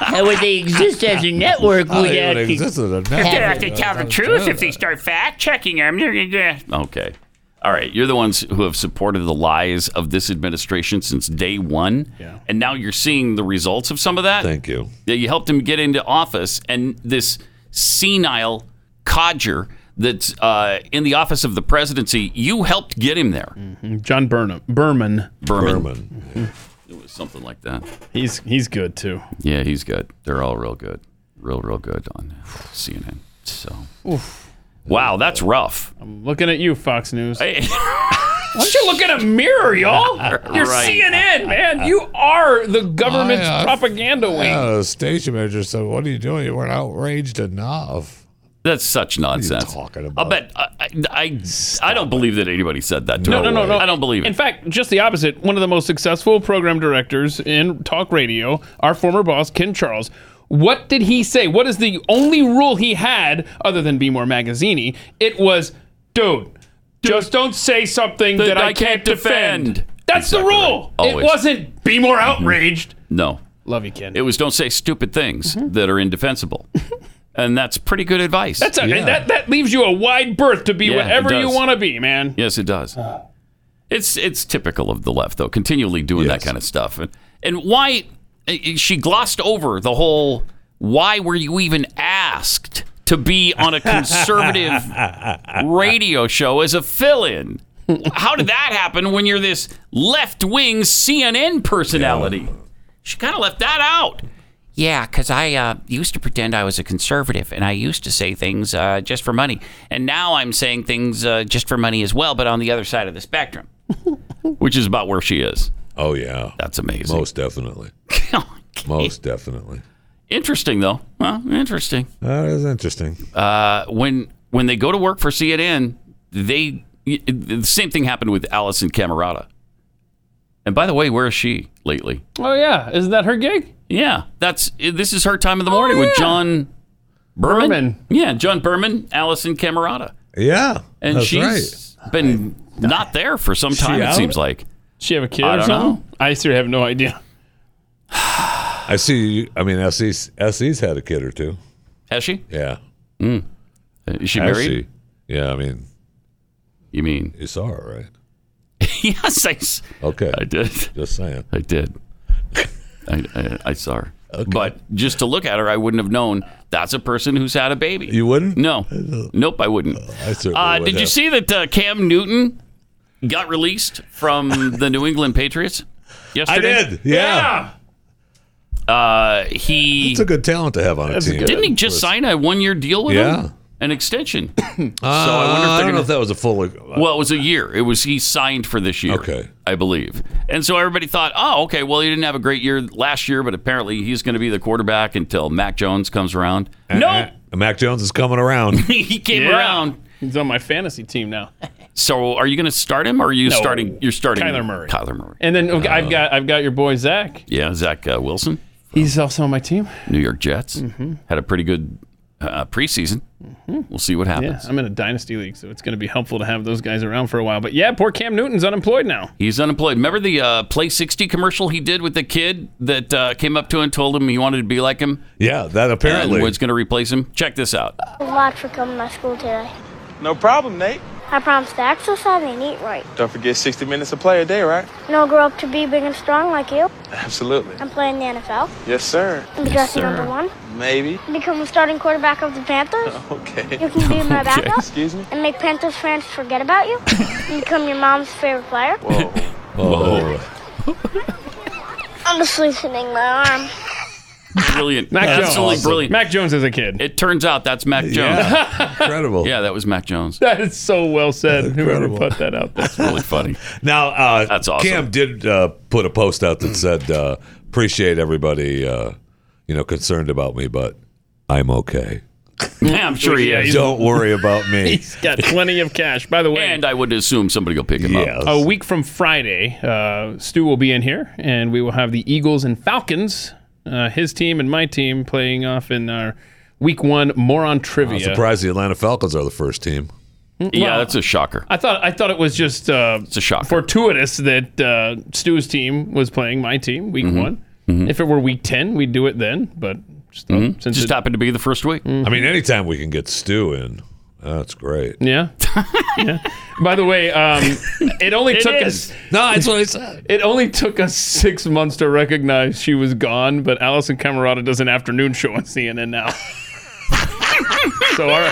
V: How would they exist as a network
B: How they
V: without
B: Oh, would
V: the-
B: exist as a network?
V: Have-
B: They have to tell the truth if
V: they start fact checking them. They're gonna
B: Okay. All right. You're the ones who have supported the lies of this administration since day one. Yeah. And now you're seeing the results of some of that.
P: Thank you.
B: Yeah, you helped him get into office, and this senile codger that's uh, in the office of the presidency, you helped get him there.
D: Mm. Mm-hmm. John Burnham. Berman. Mm-hmm.
B: Berman. It was something like that.
D: He's he's good too.
B: Yeah, he's good. They're all real good. Real, real good on CNN. So,
D: Oof.
B: wow, that's rough.
D: I'm looking at you, Fox News.
B: Why
D: don't you look in a mirror, y'all? You're
P: Right.
D: CNN, man. You are the government's
P: I, uh,
D: propaganda wing.
P: Yeah, the station manager said, "What are you doing? You weren't outraged enough."
B: That's such nonsense.
P: talking
B: I bet I, I, I, I don't believe that anybody said that to
D: No,
B: her.
D: no, no, no.
B: I don't believe
D: In
B: it.
D: fact, just the opposite. One of the most successful program directors in talk radio, our former boss, Ken Charles. What did he say? What is the only rule he had other than be more magazzini? It was, dude, just don't say something that, I, can't defend. That's the rule.
B: right.
D: It
B: Always. Mm-hmm.
D: wasn't be more outraged.
B: No.
D: Love you, Ken. Mm-hmm.
B: It was don't say stupid things that are indefensible. and that's pretty good advice.
D: That's a, that, that leaves you a wide berth to be
B: Yeah, it
D: whatever you
B: does.
D: want to be, man.
B: Yes, it does. It's it's typical of the left, though, continually doing that kind of stuff. And and uh, why eh, eh, she glossed over the whole why were you even asked to be on a conservative radio show as a fill-in. How did that happen when you're this left-wing CNN personality? She kind of left that out. Yeah, because I uh, used to pretend I was a conservative and I used to say things uh, just for money. And now I'm saying things uh, just for money as well, but on the other side of the spectrum, which is about where she is.
P: Oh yeah,
B: that's amazing.
P: Most definitely. Most definitely.
B: Interesting, though. Well, interesting.
P: That is interesting.
B: Uh, when when they go to work for CNN, they y- the same thing happened with Allison Camerata. And by the way, where is she lately?
D: Oh yeah, isn't that her gig? Oh,
B: Yeah, that's this is her time of the morning with John Berman. Yeah, John Berman, Allison Camerata,
P: Yeah,
B: and
P: that's
B: she's
P: right.
B: been not there for some
D: She
B: time. It
D: out?
B: seems like
D: She have a kid
B: I
D: or
B: don't
D: something?
B: know.
D: I seriously have no idea.
P: I see. I mean, SE's, SE's had a kid or two.
B: Has she?
P: Yeah.
B: Mm. Is she
P: Has
B: married?
P: she? Yeah, I mean.
B: You mean
P: you saw her, right?
B: yes, I. s-
P: Okay.
B: I did.
P: Just saying.
B: I did. I, I, I saw her. But just to look at her, I wouldn't have known that's a person who's had a baby. You
P: wouldn't?
B: No. Nope, I wouldn't.
P: Oh, I certainly
B: Uh,
P: would
B: did you
P: have.
B: see that uh, Cam Newton got released from the New England Patriots yesterday?
P: did, yeah.
B: Yeah. Uh, he.
P: It's a good talent to have on a team.
B: Didn't he just sign a one-year deal with
P: Yeah.
B: him? An extension. so I wonder if
P: Uh, I don't
B: they're
P: know
B: gonna-
P: if that was a full.
B: well, it was a year. It was he signed for this year. Okay. I believe. And so everybody thought, oh, okay, well, he didn't have a great year last year, but apparently he's going to be the quarterback until Mac Jones comes around. no,
P: Uh, Mac Jones is coming around.
B: he came
D: Yeah.
B: around.
D: He's on my fantasy team now.
B: So are you going to start him or are you
D: No.
B: starting? You're starting
D: Kyler Murray.
B: Kyler Murray.
D: And then okay, I've got I've got your boy Zach.
B: Yeah, Zach uh, Wilson,
D: He's also on my team.
B: New York Jets.
D: Mhm.
B: Had a pretty good uh, preseason.
D: Mm-hmm.
B: We'll see what
D: Yeah,
B: happens.
D: I'm in a dynasty league, so it's going to be helpful to have those guys around for a while. But yeah, poor Cam Newton's unemployed now.
B: He's unemployed. Remember the uh, Play 60 commercial he did with the kid that uh, came up to him and told him he wanted to be like him?
P: Yeah, that
B: apparently. was going to replace him. Check this out.
G: A lot for coming to school today.
H: No problem, Nate.
G: I promise to exercise and eat right.
H: Don't forget 60 minutes of play a day, right?
G: And I'll grow up to be big and strong like you.
H: Absolutely.
G: I'm playing the NFL.
H: Yes, sir.
G: I'm dressing number one.
H: Maybe.
G: Become the starting quarterback of the Panthers.
H: Oh. Okay.
G: You can be my backup.
H: Excuse me.
G: And make Panthers fans forget about you. and become your mom's favorite player.
P: Oh,
G: I'm just loosening my arm.
B: Brilliant.
D: Mac Jones.
B: Absolutely
D: Awesome.
B: brilliant.
D: Mac Jones as a kid.
B: It turns out that's Mac Jones.
P: Incredible.
B: Yeah, that was Mac Jones.
D: That is so well said. Whoever put that out there.
B: That's really funny.
P: Now, uh, that's
B: awesome.
P: Cam did uh, put a post out that said, uh, "Appreciate everybody, uh, you know, concerned about me, but I'm okay.
B: Yeah, I'm sure he
D: Yeah,
B: is.
D: he's-
P: Don't worry about me."
D: He's got plenty of cash. By the way, Oh,
B: And I would assume somebody will pick him up.
D: a week from Friday, uh, Stu will be in here, and we will have the Eagles and Falcons, uh, his team and my team, playing off in our week one moron
P: I'm
B: Oh,
D: trivia. Mm,
P: surprised the Atlanta Falcons are the first team.
D: Well,
B: a shocker.
D: I thought I thought it was just uh,
B: it's a shocker.
D: fortuitous that uh, Stu's team was playing my team week
B: Mm-hmm.
D: one. If it were week ten, we'd do it then. But just, thought- since
B: Mm-hmm. Just
D: it- Mm-hmm.
B: happened to be the first week.
P: I mean, anytime we can get Stu in, that's great.
D: Yeah. yeah. By the way, um, it only
P: It
D: took
P: is.
D: us.
P: No, that's what I said.
D: It only took us six months to recognize she was gone, but Allison Camerata does an afternoon show on CNN now. so our,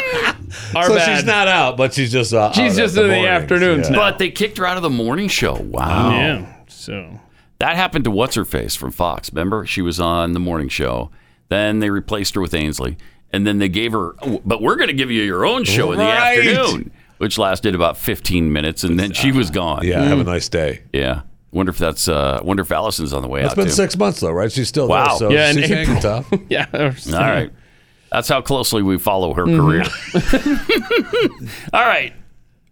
D: our
P: so
D: bad.
P: she's not out, but she's just uh,
D: She's
P: out
D: just
P: at
D: in the
P: mornings.
D: afternoons
P: Yeah.
D: now.
B: But they kicked her out of the morning show. Wow.
D: Um, Yeah. So
B: That happened to What's Her Face from Fox. Remember? She was on the morning show. Then they replaced her with Ainsley. And then they gave her, "Oh, but we're going to give you your own show in the
P: Right.
B: afternoon, which lasted about 15 minutes. And then she was gone.
P: Uh, yeah, have a nice day.
B: Yeah. Wonder if that's, uh, wonder if Allison's on the way
P: It's
B: out.
P: been
B: too.
P: six months though, right? She's still
B: Wow.
P: there, so
B: Yeah, in
P: she's hanging
B: April.
P: tough.
D: yeah.
B: All right. That's how closely we follow
S: Mm.
B: her career. All right.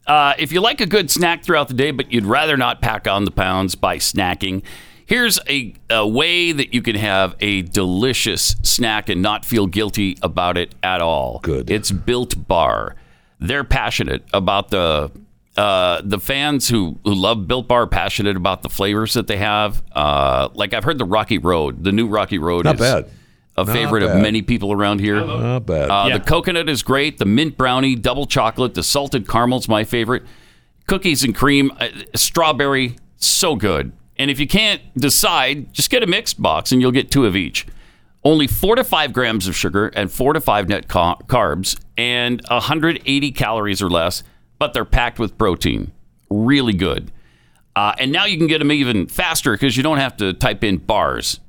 B: Uh, if you like a good snack throughout the day, but you'd rather not pack on the pounds by snacking, here's a, a way that you can have a delicious snack and not feel guilty about it at all. Good. It's Built Bar. They're passionate about the uh, the fans who, who love Built Bar, passionate about the flavors that they have. Uh, like I've heard the Rocky Road, the new Rocky Road
P: Not
B: is
P: bad.
B: a
P: Not
B: favorite of
P: bad.
B: many people around here.
P: Not bad.
B: Uh,
P: Yeah.
B: The coconut is great. The mint brownie, double chocolate, the salted caramel's my favorite. Cookies and cream, uh, strawberry, so good. And if you can't decide, just get a mixed box and you'll get two of each. only four to five grams of sugar and four to five net ca- carbs and 180 calories or less, but they're packed with protein. Really good. Uh, and now you can get them even faster because you don't have to type in bars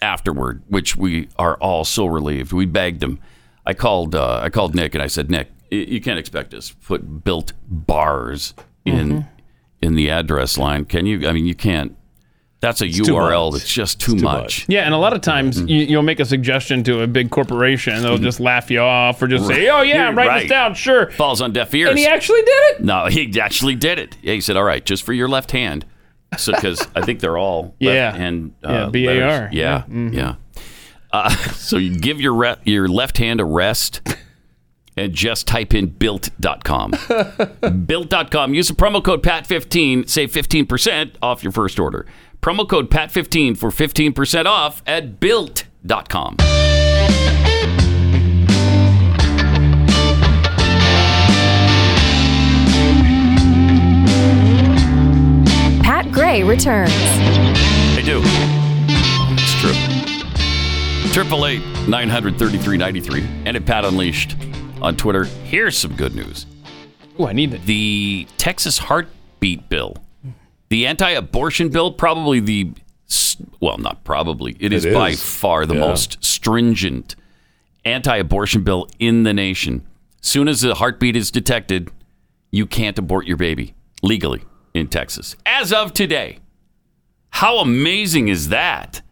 B: afterward, which we are all so relieved. We begged him. I called. Uh, I called Nick and I said, Nick, y- you can't expect us to put built bars in
D: Mm-hmm.
C: Mhm.
B: in the address line, can you? I mean, you can't. That's a
D: too
B: URL that's just too, much.
D: Yeah, and a lot of times you, you'll make a suggestion to a big corporation, they'll just laugh you off or just say, "Oh yeah,
B: You're
D: write this down." Sure.
B: Falls on deaf ears.
D: And he actually did it.
B: no, he actually did it. Yeah, he said, "All right, just for your left hand," so because I think they're all
D: Yeah.
B: left hand. uh,
D: Yeah, BAR.
B: letters. Yeah,
D: Yeah. Mhm.
B: yeah. Uh, so you give your re- your left hand a rest. And just type in built.com. built.com. Use the promo code PAT15. Save 15% off your first order. Promo code PAT15 for 15% off at built.com.
I: Pat Gray returns.
B: They do. It's true. Triple eight nine hundred thirty three ninety three and at Pat Unleashed on Twitter. Here's some good news.
D: Oh, I need it.
B: The Texas heartbeat bill, the anti-abortion bill, probably the s- well, not probably. It is,
P: It
B: by
P: is.
B: far the
P: Yeah.
B: most stringent anti-abortion bill in the nation. Soon as the heartbeat is detected, you can't abort your baby legally in Texas as of today. How amazing is that?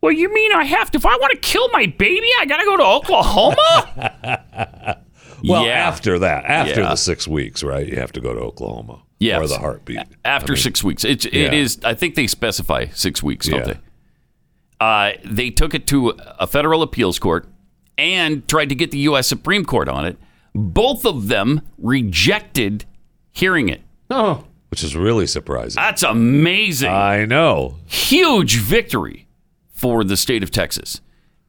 B: Well, you mean I have to? If I want to kill my baby, I got to go to Oklahoma?
P: Well,
B: Yeah.
P: after that, after
B: Yeah.
P: the six weeks, right? You have to go to Oklahoma.
B: Yes.
P: Or the heartbeat.
B: After
P: I mean,
B: six weeks. It's,
P: yeah.
B: It is, I think they specify six weeks, don't
P: Yeah.
B: they? Uh, they took it to a federal appeals court and tried to get the U.S. Supreme Court on it. Both of them rejected hearing it.
D: Oh.
P: Which is really surprising.
B: That's amazing.
P: I know.
B: Huge victory for the state of Texas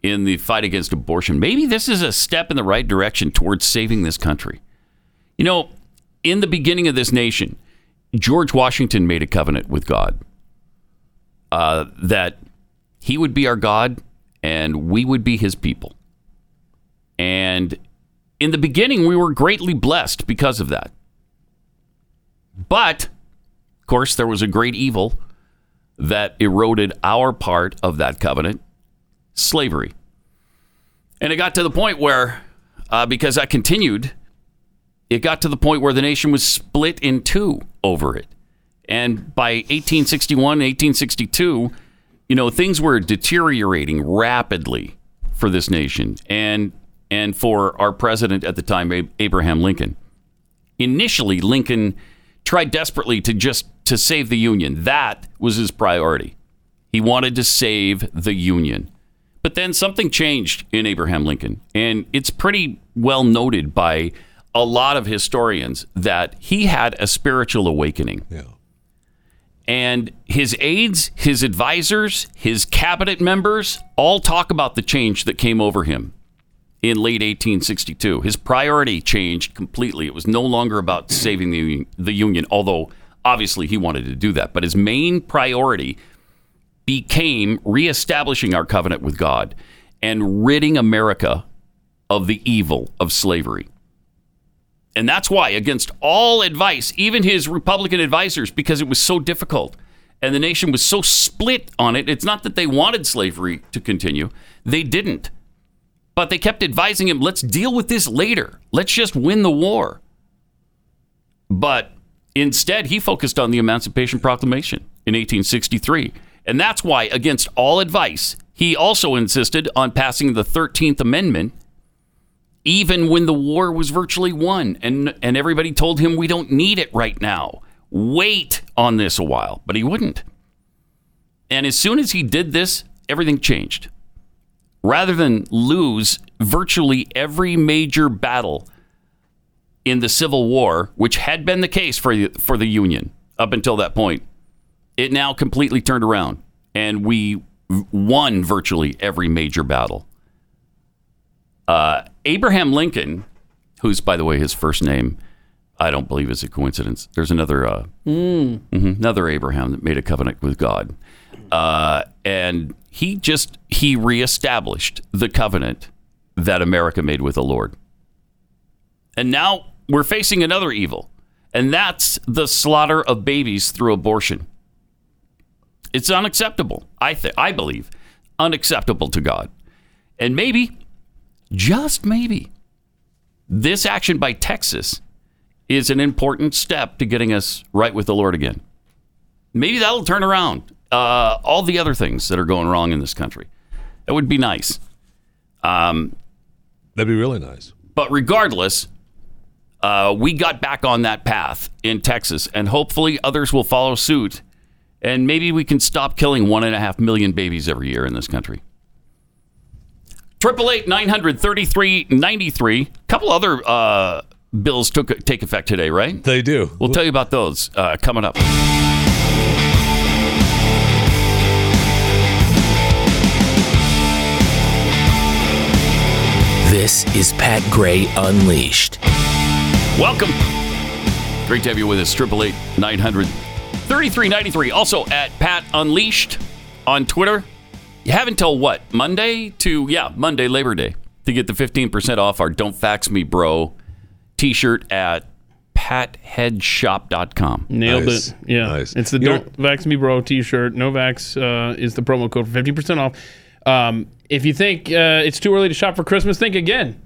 B: in the fight against abortion. Maybe this is a step in the right direction towards saving this country. You know, in the beginning of this nation, George Washington made a covenant with God uh, that he would be our God and we would be his people. And in the beginning, we were greatly blessed because of that. But, of course, there was a great evil that eroded our part of that covenant slavery. And it got to the point where, uh, because that continued, it got to the point where the nation was split in two over it. And by 1861, 1862, you know, things were deteriorating rapidly for this nation and and for our president at the time, Ab- Abraham Lincoln. Initially, Lincoln tried desperately to just to save the Union. That was his priority. He wanted to save the Union. But then something changed in Abraham Lincoln, and it's pretty well noted by a lot of historians that he had a spiritual awakening.
P: Yeah.
B: And his aides, his advisors, his cabinet members all talk about the change that came over him in late 1862. His priority changed completely. It was no longer about saving the, the Union, although obviously he wanted to do that. But his main priority became reestablishing our covenant with God and ridding America of the evil of slavery. And that's why, against all advice, even his Republican advisors, because it was so difficult and the nation was so split on it, it's not that they wanted slavery to continue, they didn't. But they kept advising him, let's deal with this later. Let's just win the war. But instead, he focused on the Emancipation Proclamation in 1863. And that's why, against all advice, he also insisted on passing the 13th Amendment, even when the war was virtually won. And, and everybody told him, we don't need it right now. Wait on this a while. But he wouldn't. And as soon as he did this, everything changed rather than lose virtually every major battle in the Civil War, which had been the case for the, for the Union up until that point, it now completely turned around, and we won virtually every major battle. Uh, Abraham Lincoln, who's by the way his first name I don't believe it's a coincidence. There's another uh,
P: Hmm.
C: Mm.
B: mhm, another Abraham that made a covenant with God, uh, and he just he reestablished the covenant that America made with the Lord. And now we're facing another evil, and that's the slaughter of babies through abortion. It's unacceptable. I th- I believe unacceptable to God, and maybe, just maybe, this action by Texas is an important step to getting us right with the Lord again. Maybe that'll turn around uh, all the other things that are going wrong in this country. That would be nice. Um,
P: That'd be really nice.
B: But regardless, uh, we got back on that path in Texas, and hopefully others will follow suit. And maybe we can stop killing one and a half million babies every year in this country. Triple eight nine hundred thirty three ninety three. Couple other uh, bills took take effect today, right?
P: They do.
B: We'll tell you about those uh, coming up.
S: This is Pat Gray Unleashed.
B: Welcome. Great to have you with us. Triple eight nine hundred thirty three ninety three. Also at Pat Unleashed on Twitter. You have until what Monday to yeah Monday Labor Day to get the fifteen percent off our "Don't Fax Me, Bro" T-shirt at patheadshop.com.
D: Nailed it. Yeah. It's the Don't Vax Me Bro t shirt. No Vax uh, is the promo code for 50% off. Um, if you think uh, it's too early to shop for Christmas, think again.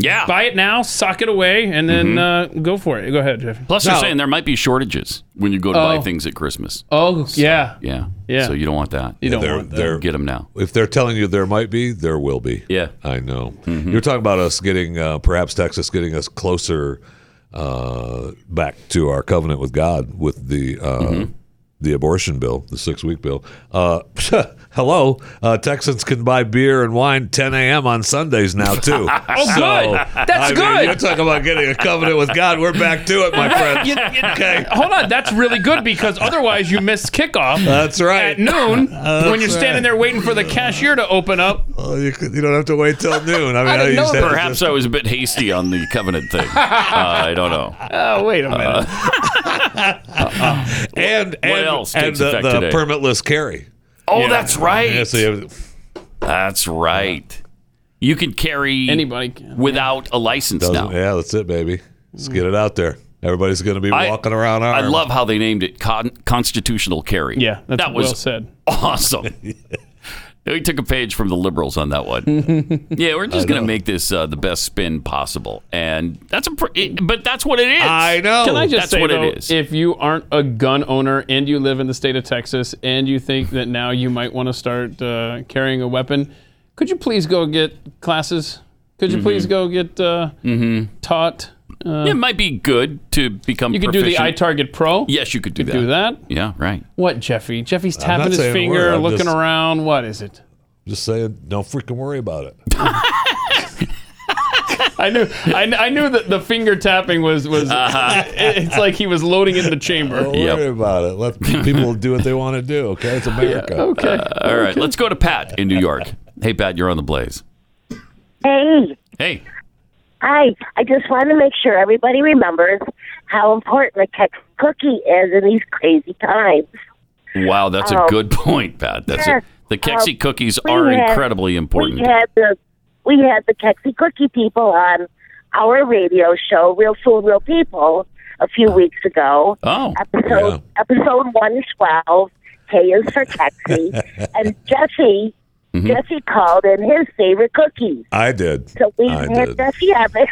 B: Yeah.
D: Buy it now, sock it away, and then uh, go for it. Go ahead, Jeff.
B: Plus, they're saying there might be shortages when you go to buy
D: Oh.
B: things at Christmas.
D: Oh, yeah.
B: Yeah.
D: Yeah.
B: So you don't want that.
D: You don't want that.
B: Get them now.
P: If they're telling you there might be, there will be.
B: Yeah, Mm-hmm.
P: I know. You're talking about us getting, uh, perhaps Texas getting us closer uh, back to our covenant with God with the uh,
B: Mm-hmm.
P: the abortion bill, the six week bill. Uh, hello, uh, Texans can buy beer and wine 10 a.m. on Sundays now too.
C: Oh,
P: So,
C: good. That's
P: I mean,
C: good.
P: you're talking about getting a covenant with God. We're back to it, my friend. okay.
D: Hold on. That's really good because otherwise you miss kickoff.
P: That's right.
D: At noon,
P: That's
D: when you're standing
P: right.
D: there waiting for the cashier to open up.
P: Well, you, could- you don't have to wait till noon. I mean,
D: didn't know
P: used to
D: that.
B: Perhaps I was a bit hasty on the covenant thing. Uh, I don't know. Uh,
D: Oh, wait a minute.
P: and
B: what else
P: and
B: takes
P: the,
B: effect
P: the
B: today?
P: permitless carry.
B: Oh, that's right.
P: Yeah, so you have-
B: That's right. You can carry
D: anybody can,
B: without a license
P: Doesn't-
B: now.
P: Yeah, that's it, baby. Let's get it out there. Everybody's going to be
B: I-
P: walking around.
B: I
P: Armed.
B: love how they named it con- constitutional carry.
D: Yeah, that's
B: that was
D: well said.
B: awesome. We took a page from the liberals on that one. yeah, we're just
P: I
B: going to
P: know.
B: make this uh, the best spin possible, and that's a. Pr- it, but that's what it is.
D: Can I just
B: that's
D: say
B: what
D: though,
B: it is?
D: if you aren't a gun owner and you live in the state of Texas and you think that now you might want to start uh, carrying a weapon, could you please go get classes? Could you please go get uh,
B: Mm-hmm.
D: taught? Uh,
B: it might be good to become.
D: you could do the iTarget Pro.
B: Yes, you could do
D: could
B: that.
D: do that.
B: Yeah, right.
D: What, Jeffy? Jeffy's
P: I'm not
D: tapping his
P: saying a
D: finger,
P: word, I'm
D: looking
P: just-
D: around. What is it?
P: Just saying, don't freaking worry about it.
D: I knew, I, kn- I knew that the finger tapping was was.
B: Uh-huh.
D: it- it's like he was loading it in the chamber.
P: Don't worry about it. Let people do what they want to do. Okay, it's America.
D: Uh, okay.
B: All right, let's go to Pat in New York. Hey, Pat, you're on the blaze.
K: Hey,
B: Hey,
K: hi. I just want to make sure everybody remembers how important the Texas cookie is in these crazy times.
B: wow, that's a
K: Um,
B: good point, Pat. That's
K: yes,
B: a, the Kexi
K: um,
B: cookies
K: we
B: are
K: had-
B: incredibly important.
K: We had the we had the Kexi Cookie people on our radio show, Real Food, Real People, a few weeks ago.
B: Oh,
K: episode episode one twelve. K is for Kexi, and Jesse Jesse called in his favorite cookies.
P: I did.
K: So we
P: I
K: had
P: did.
K: Jesse on it.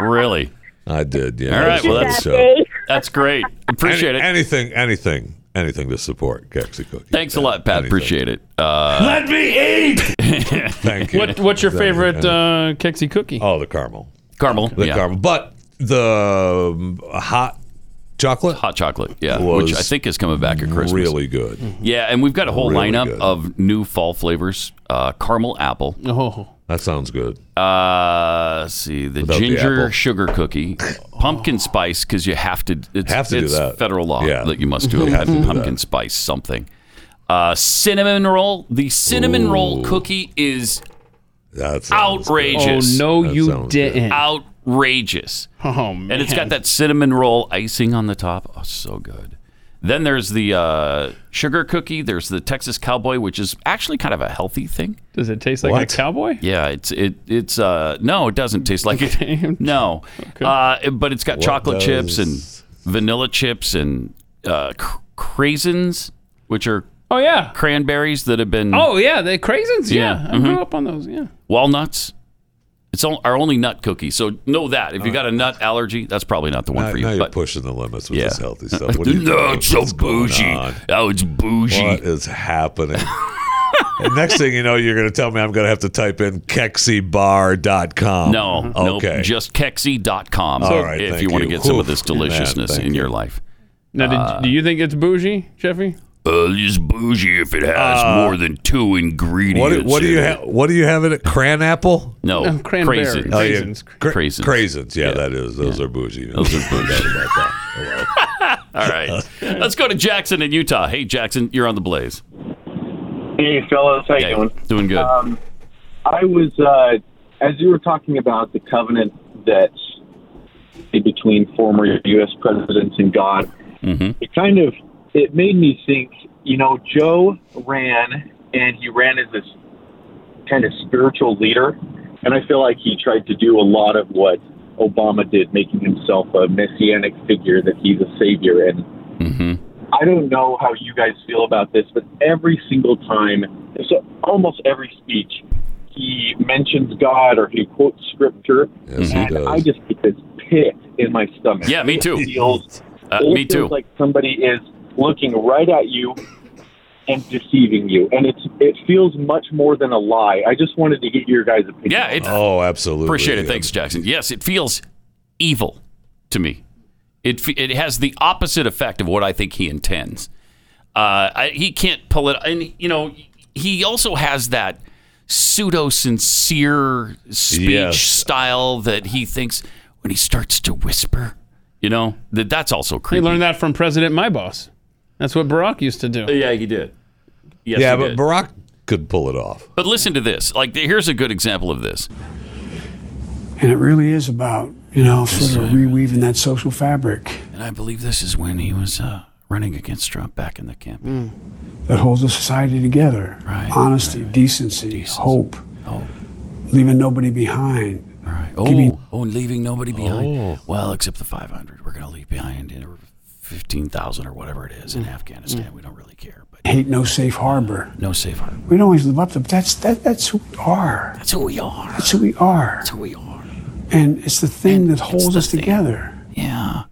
B: Really?
P: I did. Yeah.
B: All
P: that was
B: right, well,
P: a good
B: that's- uh,
P: show.
B: That's great. Appreciate it.
P: Anything, anything, anything to support Kexi Cookie.
B: Thanks a lot, Pat. Appreciate it. Uh,
P: Let me eat. Thank you.
D: What, what's your
P: Thank you.
D: favorite uh, Kexi cookie?
P: Oh, the caramel.
B: Caramel.
P: The caramel. But the um, hot chocolate.
B: Hot chocolate. Yeah,
P: was
B: which I think is coming back at Christmas. Mm-hmm.
P: really good.
B: Yeah, and we've got a whole
P: Really
B: lineup
P: good.
B: of new fall flavors: uh, caramel apple.
D: Oh.
P: That sounds good.
B: Uh, let's see the
P: Without the
B: ginger
P: apple.
B: sugar cookie, pumpkin spice because you have to. It's,
P: Have to do
B: it's
P: that.
B: Federal law
P: Yeah.
B: that you must do
P: You
B: a
P: have to do
B: pumpkin spice something. Uh, cinnamon roll. The cinnamon roll
P: Ooh.
B: cookie is
P: That's
B: outrageous.
D: Oh, no, you didn't.
B: Outrageous. outrageous.
D: Oh man!
B: And it's got that cinnamon roll icing on the top. Oh, so good. Then there's the uh, sugar cookie. There's the Texas cowboy, which is actually kind of a healthy thing.
D: Does it taste like
B: What?
D: a cowboy?
B: Yeah, it's it it's uh no, it doesn't taste like it. No, uh, but it's got
D: What
B: chocolate chips
D: does-
B: and vanilla chips and uh, cr- craisins, which are
D: oh yeah
B: cranberries that have been
D: Oh yeah, the craisins. Yeah,
B: Yeah,
D: I grew
B: mhm.
D: up on those. Yeah.
B: walnuts. It's on, our only nut cookie, so know that if you got a nut allergy, that's probably not the one
P: Uh, Now-
B: for you.
P: now you're
B: pushing the limits with
P: this healthy stuff. What do you
B: no,
P: think
B: it's so
P: is going
B: bougie.
P: on?
B: Oh, it's bougie.
P: What is happening? and next thing you know, you're going to tell me I'm going to have to type in kexibar.com.
B: No,
P: Um, okay.
B: no, just kexi.com
P: All right,
B: if
P: thank
B: you want to
P: you.
B: get some of
P: Whew,
B: this
P: man,
B: deliciousness
P: thank
B: in your life.
D: Now, did,
B: Uh,
D: do you think it's bougie, Jeffrey?
B: Uh, it's bougie if it has
P: Uh,
B: more than two ingredients.
P: What, what do
B: in
P: you
B: it.
P: ha- what do you have in it? Cran apple?
B: No, No, cranberry. craisins.
P: Oh, yeah.
B: Craisins.
P: Cra-
B: Craisins.
P: craisins. Yeah, that is. Those are bougie.
B: Those are bougie.
P: about that. Hello.
B: All right. Let's go to Jackson in Utah. Hey, Jackson, you're on the blaze.
L: Hey, fellas, how you doing?
B: Doing good.
L: Um, I was uh, as you were talking about the covenant that's between former U.S. presidents and God. It kind of it made me think. You know, Joe ran, and he ran as this kind of spiritual leader, and I feel like he tried to do a lot of what Obama did, making himself a messianic figure that he's a savior and.
B: Mm-hmm.
L: I don't know how you guys feel about this, but every single time, so almost every speech, he mentions God or he quotes scripture, and I just get this pit in my stomach.
B: Yeah, me
L: It
B: too.
L: Feels,
B: Uh,
L: it
B: me too.
L: Feels like somebody is looking right at you and deceiving you, and it's it feels much more than a lie. I just wanted to get your guys' opinion.
B: Yeah, it,
P: oh, absolutely.
B: Appreciate it. Thanks, Jackson. Yes, it feels evil to me. It fe- it has the opposite effect of what I think he intends. Uh, I, he can't pull it, and you know he also has that pseudo sincere speech
P: Yes.
B: style that he thinks when he starts to whisper. You know that that's also
D: He
B: creepy.
D: learned that from President My Boss. That's what Barack used to do.
B: Yeah, he did. Yes,
P: yeah,
B: he
P: but
B: did.
P: Barack could pull it off.
B: But listen to this. Like here's a good example of this.
M: And it really is about, you know, sort of reweaving that social fabric
B: And I believe this is when he was uh, running against Trump back in the campaign.
M: that holds a society together. Honesty, Decency, hope, leaving nobody behind. Oh. Right.
B: Oh, oh, and leaving nobody behind.
D: oh.
B: Well, except the 500. We're going to leave behind you know, 15,000 or whatever it is in
D: Mm.
B: Afghanistan. We don't really care.
M: hate no safe harbor.
B: No safe harbor.
M: We don't always live up to, but that's that, that's who we are.
B: That's who we are.
M: That's who we are. That's
B: who we are.
M: And it's the thing that holds us together.
B: Yeah.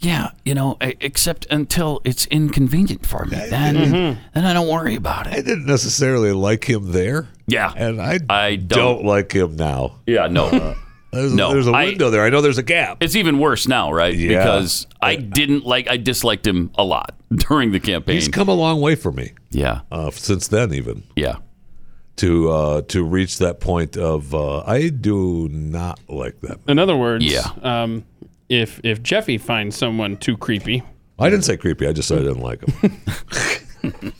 B: Yeah, you know, e- except until it's inconvenient for me. Then,
D: Mm-hmm.
B: then I don't worry about it.
P: I didn't necessarily like him there.
B: Yeah.
P: And I,
B: I
P: don't, like him now.
B: Yeah, no. uh,
P: there's,
B: No,
P: there's a
B: I-
P: window there. I know there's a gap.
B: It's even worse now, right?
P: Yeah.
B: Because I didn't like, I disliked him a lot during the campaign.
P: He's come a long way for me.
B: Yeah.
P: Uh, since then, even.
B: Yeah.
P: To uh, to reach that point of uh, I do not like that.
D: In other words,
P: Yeah.
D: um, if if Jeffy finds someone too creepy,
P: I didn't say creepy. I just said I didn't like him.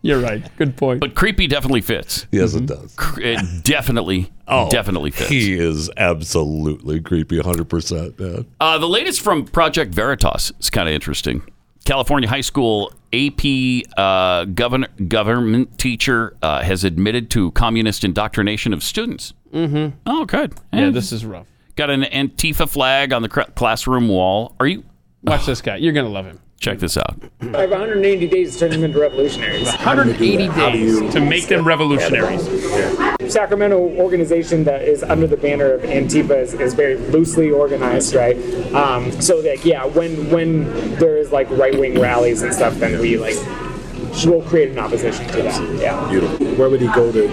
D: you're right. Good point.
B: But creepy definitely fits.
P: Yes, it does. Oh,
B: Cr- It definitely, definitely fits.
P: He is absolutely creepy, hundred percent, man.
B: Uh, the latest from Project Veritas is kind of interesting. California high school AP uh, govern- government teacher uh, has admitted to communist indoctrination of students.
D: Mm-hmm.
B: Oh, good.
D: Yeah, this is rough.
B: Got an Antifa flag on the cr- classroom wall. Are you?
D: Watch this guy. You're gonna love him.
B: Check this out.
W: I have 180 days to turn them into revolutionaries.
D: 180 days to make them revolutionaries.
W: Sacramento organization that is under the banner of Antifa is, is very loosely organized, right? Um, so like, yeah, when when there is like right wing rallies and stuff, then we like will create an opposition to that. Yeah.
X: Beautiful. Where would he go to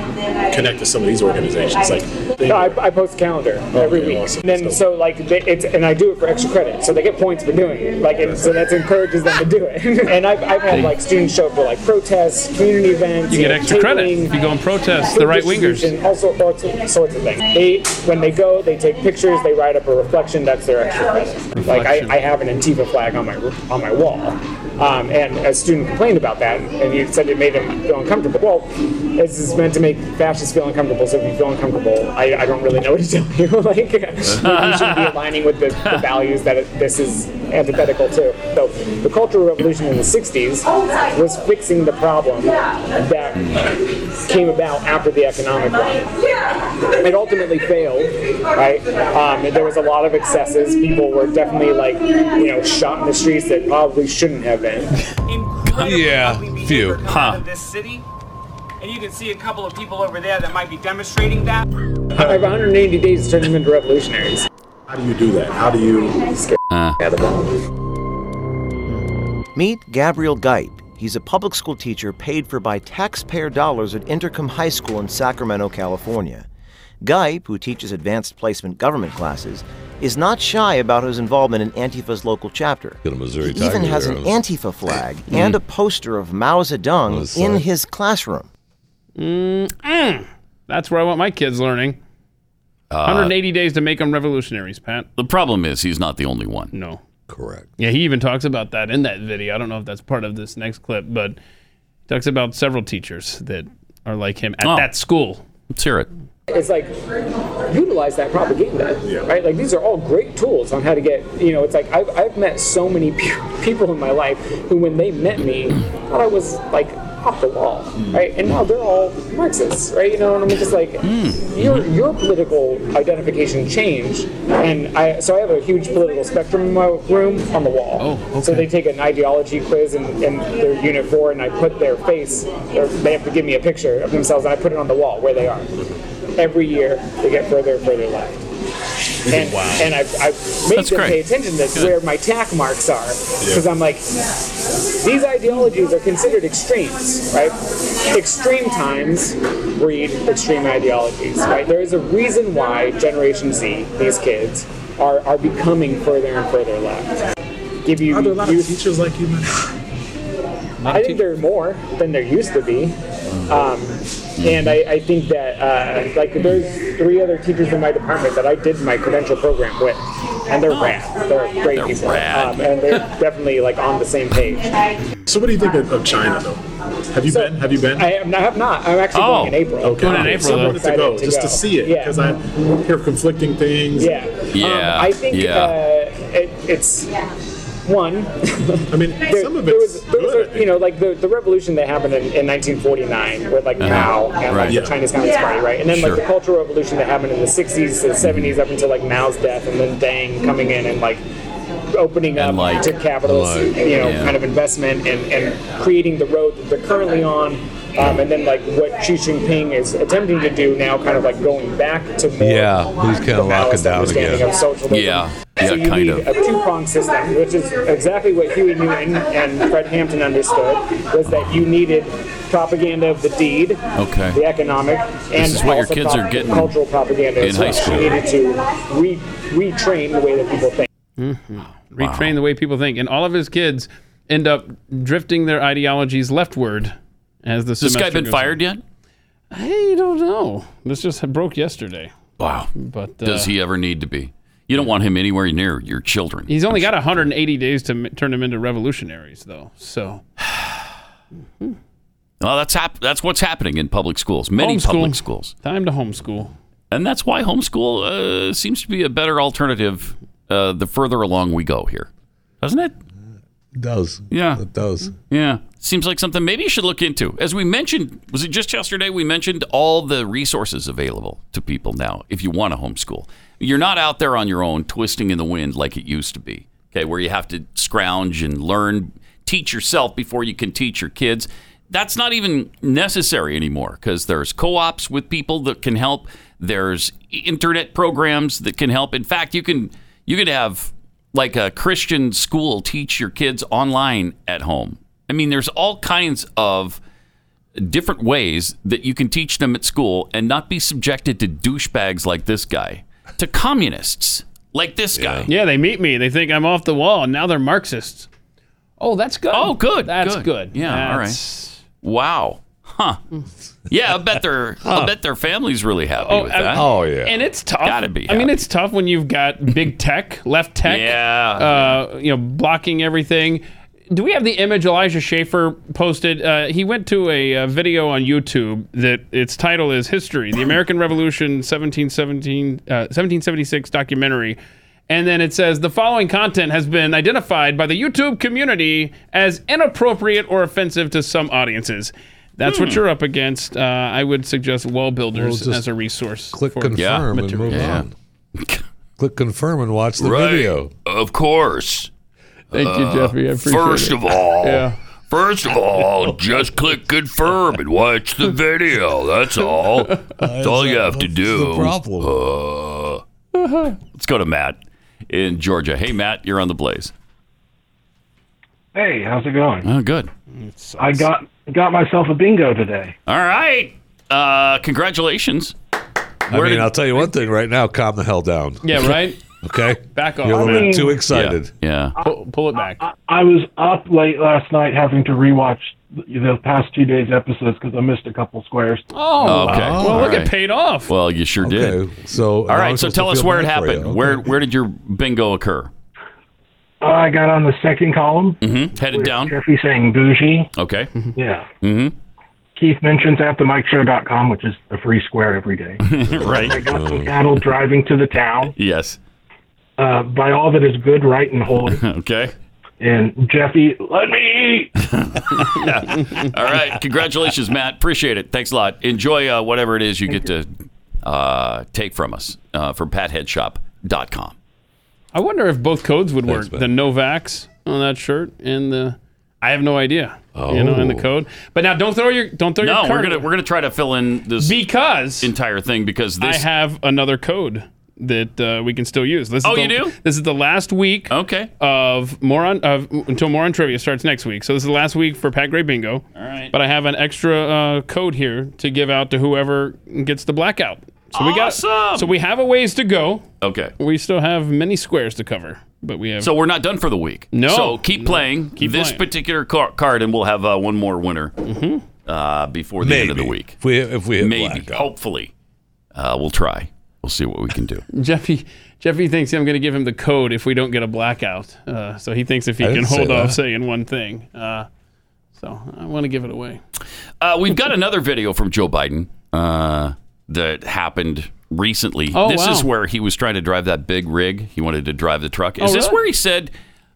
X: connect to some of these organizations? Like,
W: No, I, I post a calendar every week, and then so like they, it's and I do it for extra credit, so they get points for doing it. Like and so that encourages them to do it. and I've, I've had like students show up for like protests, community events.
D: You get
W: know,
D: extra credit
W: tabling,
D: if you go and protest
W: food
D: the right wingers.
W: distribution, All sor- all sorts, of things. They when they go, they take pictures, they write up a reflection. That's their extra credit. Like I, I have an Antifa flag on my on my wall, Um, and a student complained about that, and he said it made him feel uncomfortable. Well, this is meant to make fascists feel uncomfortable. So if you feel uncomfortable, I, I don't really know what to tell you. like, maybe you shouldn't be aligning with the, the values that it, this is antithetical to. So the Cultural Revolution in the '60s was fixing the problem that came about after the economic one. It ultimately failed, right? Um, there was a lot of excesses. People were definitely like, you know, shot in the streets that probably shouldn't have been.
P: Yeah, few. Huh.
A: This city, and you can see a couple of people over there that might be demonstrating that.
W: Over 180 days, it turned them into revolutionaries.
X: How do you do that? How do you scare out of them?
J: Meet Gabriel Guype. He's a public school teacher paid for by taxpayer dollars at Intercom High School in Sacramento, California. Guype, who teaches advanced placement government classes, is not shy about his involvement in Antifa's local chapter.
P: Got a Missouri
J: He even
P: Tiger
J: has
P: there. Hmm.
J: an
P: I was-
J: Antifa flag and a poster of Mao Zedong in
P: like-
J: his classroom.
D: Mm-mm. That's where I want my kids learning.
B: Uh,
D: 180 days to make them revolutionaries, Pat.
B: The problem is he's not the only one.
D: No.
P: Correct.
D: Yeah, he even talks about that in that video. I don't know if that's part of this next clip, but he talks about several teachers that are like him at that school.
B: Oh. Let's hear it.
W: It's like utilize that propaganda, right? Like these are all great tools on how to get. You know, it's like I've, I've met so many pe- people in my life who, when they met me, thought I was like off the wall, right? And now they're all Marxists, right? You know, and I'm just like,
S: Hmm.
W: your your political identification changed, and I so I have a huge political spectrum in my room on the wall. So they take an ideology quiz in, in their unit four, and I put their face. Or they have to give me a picture of themselves, and I put it on the wall where they are. Every year they get further and further left. And,
X: Wow.
W: and I've, I've made
X: That's
W: them
X: great.
W: pay attention to
X: Good.
W: where my tack marks are. Because I'm like, these ideologies are considered extremes, right? Extreme times breed extreme ideologies, right? There is a reason why Generation Z, these kids, are, are becoming further and further left. Give you
X: Are there a lot of
W: youth-
X: teachers like you? man?
W: I think there are more than there used to be. Um, and I, I think that, uh, like, there's three other teachers in my department that I did my credential program with, and they're rad. They're great people. Um, and they're definitely, like, on the same page.
X: So what do you think of, of China though? Have you been? Have you been?
W: I, am- I have not. I'm actually
X: oh,
W: going in April.
X: Okay.
W: Going in
X: okay.
W: April,
X: So I
W: though.
X: wanted to
W: Excited
X: go
W: to
X: just
W: go.
X: to see it
W: Yeah.
X: because I hear conflicting things.
W: Yeah.
X: Yeah,
W: Um, I think
X: yeah.
W: uh, it, it's one. I mean, there, some of it was, there was a, you know, like the, the revolution that happened in, in 1949 with like
X: Uh-huh.
W: Mao and
X: Right.
W: like
X: Yeah.
W: the Chinese Communist
X: Yeah.
W: Party, right? And then
X: Sure.
W: like the Cultural Revolution that happened in the 60s and 70s up until like Mao's death, and then Deng coming in and like opening up
B: like-
W: to capitalist,
B: like,
W: you know,
B: yeah.
W: kind of investment and, and creating the road that they're currently on. Um, and then, like what Xi Jinping is attempting to do now, kind of like going back to more
P: Yeah, he's kind of locking down
W: understanding
P: again.
W: of socialism.
P: Yeah,
W: so you need a two-prong system, which is exactly what Huey Newton and Fred Hampton understood, was that you needed propaganda of the deed,
B: Okay.
W: the economic,
B: This
W: and
B: is what your
W: also
B: kids are
W: prop-
B: getting
W: cultural propaganda
B: in
W: as
B: high
W: well.
B: school.
W: You needed to re- retrain the way that people think.
D: Retrain the way people think. And all of his kids end up drifting their ideologies leftward as the
B: Has this guy
D: semester
B: been
D: goes
B: fired
D: on.
B: yet?
D: I don't know. This just broke yesterday.
B: Wow.
D: But uh,
B: Does he ever need to be? You don't want him anywhere near your children.
D: He's only got 180 days to m- turn them into revolutionaries, though. So
B: Well, that's hap- that's what's happening in public schools, many
D: Homeschool.
B: public schools,
D: time to homeschool.
B: and that's why homeschool uh, seems to be a better alternative uh, the further along we go here, doesn't it?
P: It does.
B: Yeah.
P: It does.
B: Yeah, seems like something maybe you should look into. As we mentioned, was it just yesterday we mentioned all the resources available to people now if you want to homeschool. You're not out there on your own twisting in the wind like it used to be. Okay, where you have to scrounge and learn, teach yourself before you can teach your kids. That's not even necessary anymore because there's co-ops with people that can help. There's internet programs that can help. In fact, you can you can have like a Christian school teach your kids online at home. I mean, there's all kinds of different ways that you can teach them at school and not be subjected to douchebags like this guy, to communists like this guy.
D: Yeah, they meet me. They think I'm off the wall, and now they're Marxists. Oh, that's good. Oh,
B: good.
D: That's good.
B: Yeah, all right. Wow. Huh. Yeah, I bet their I bet their family's really happy
D: Oh,
B: with
D: I-
B: that.
D: oh, yeah. and it's tough.
B: Gotta be.
D: I mean, it's tough when you've got big tech, left tech,
B: Yeah.
D: uh, you know, blocking everything. do we have the image Elijah Schaefer posted? Uh, he went to a, uh video on YouTube that its title is "History: The American Revolution 1717 uh, 1776 Documentary," and then it says the following content has been identified by the YouTube community as inappropriate or offensive to some audiences. That's what
P: Hmm.
D: you're up against. Uh, I would suggest wall builders
P: We'll just
D: as a resource.
P: Click
D: for
P: confirm and
D: material.
P: move on. Click confirm and watch the
B: Right.
P: video.
B: Of course. Uh,
D: Thank you, Jeffy. I appreciate
B: first
D: it.
B: of all,
D: Yeah.
B: first of all, just click confirm and watch the video. That's all. That's all you have to do.
P: problem.
B: Uh, let's go to Matt in Georgia. Hey, Matt, you're on the Blaze.
N: Hey, how's it going?
B: Oh, good.
N: I got got myself a bingo today.
B: All right. Uh, congratulations.
P: I mean, I'll tell you one thing right now. Calm the hell down.
D: Yeah, right?
P: okay.
D: Back off.
P: You're a little
N: I mean-
P: bit too excited.
B: Yeah.
D: Pull, pull it back.
N: I was up late last night having to rewatch the the past two days' episodes because I missed a couple squares.
D: Oh,
B: okay.
D: Well,
B: All
D: look, it
B: right.
D: paid off.
B: Well, you sure did.
P: So,
B: all right.
N: I'm
B: So
N: supposed
B: tell
N: to
B: us
N: feel
B: where it
N: bad for you.
B: happened. Where where did your bingo occur?
N: I got on the second column.
B: Mm-hmm. Headed down.
N: Jeffy saying bougie.
B: Okay.
N: Yeah.
B: Mm-hmm.
N: Keith mentions at the com, which is a free square every day.
B: right. Oh.
N: I got some cattle driving to the town.
B: Yes.
N: Uh, by all that is good, right, and holy.
B: Okay.
N: And Jeffy, let me eat.
B: All right. Congratulations, Matt. Appreciate it. Thanks a lot. Enjoy uh, whatever it is you get to uh, take from us uh, from patheadshop.com.
D: I wonder if both codes would work. the no vax on that shirt and the I have no idea. You know, in the
B: Oh.
D: code. But now don't throw your don't throw
B: No,
D: your
B: we're
D: card.
B: gonna we're gonna try to fill in this
D: because
B: entire thing because
D: I
B: this
D: have another code that uh, we can still use. This
B: Oh,
D: is the,
B: you do?
D: This is the last week.
B: Okay.
D: Of more on of until more on trivia starts next week. So this is the last week for Pat Gray Bingo. All right. But I have an extra uh, code here to give out to whoever gets the blackout. So we got so we have a ways to go.
B: Okay.
D: We still have many squares to cover, but we have
B: So we're not done for the week.
D: No.
B: So keep playing
D: Keep
B: this
D: playing. Mm-hmm.
B: particular car- card, and we'll have uh, one more winner uh, before the end of the
P: Maybe.
B: week.
P: If we if we hit
B: Maybe. Hopefully, uh, we'll try. We'll see what we can do.
D: Jeffy Jeffy thinks I'm going to give him the code if we don't get a blackout. Uh, so he thinks if he
B: I
D: can
B: didn't say
D: hold off
B: that.
D: saying one thing. Uh, so I want to give it away.
B: Uh, we've got another video from Joe Biden uh, that happened recently.
D: Oh,
B: this
D: wow.
B: is where he was trying to drive that big rig. He wanted to drive the truck. Is
D: Oh,
B: this where he said,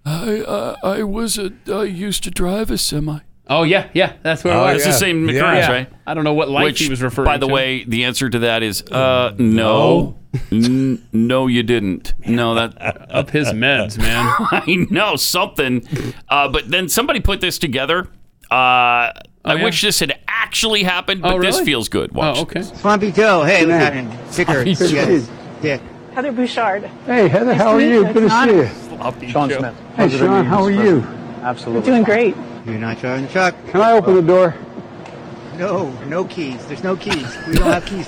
B: I, uh, I was a, I used to drive a semi.
D: Oh yeah, yeah, that's where.
B: Oh,
D: we are.
B: it's the
D: Yeah.
B: same
D: Yeah.
B: occurrence,
D: Yeah.
B: right?
D: I don't know what life
B: Which,
D: he was referring.
B: By the
D: to.
B: way, the answer to that is uh, no. N- no, you didn't. No, that
D: up his meds, man.
B: I know something. Uh, but then somebody put this together. Uh,
D: Oh,
B: I
O: yeah?
B: wish this had actually happened, but this
O: really?
B: feels good. Watch.
O: Swampy Joe. Hey, look at
B: Man.
O: him. Sticker.
B: Swampy Joe.
O: Yeah.
F: Heather Bouchard.
O: Hey, Heather,
F: Nice
O: how
F: to
O: are
F: meet
O: you? Good to
F: It's an
O: see
F: honor.
O: you. Sean Smith.
F: Hey, Sean, how are you?
O: Absolutely.
F: You're doing great.
O: You're not driving the truck. Can I open the door? No, no keys. There's no keys. We don't have keys.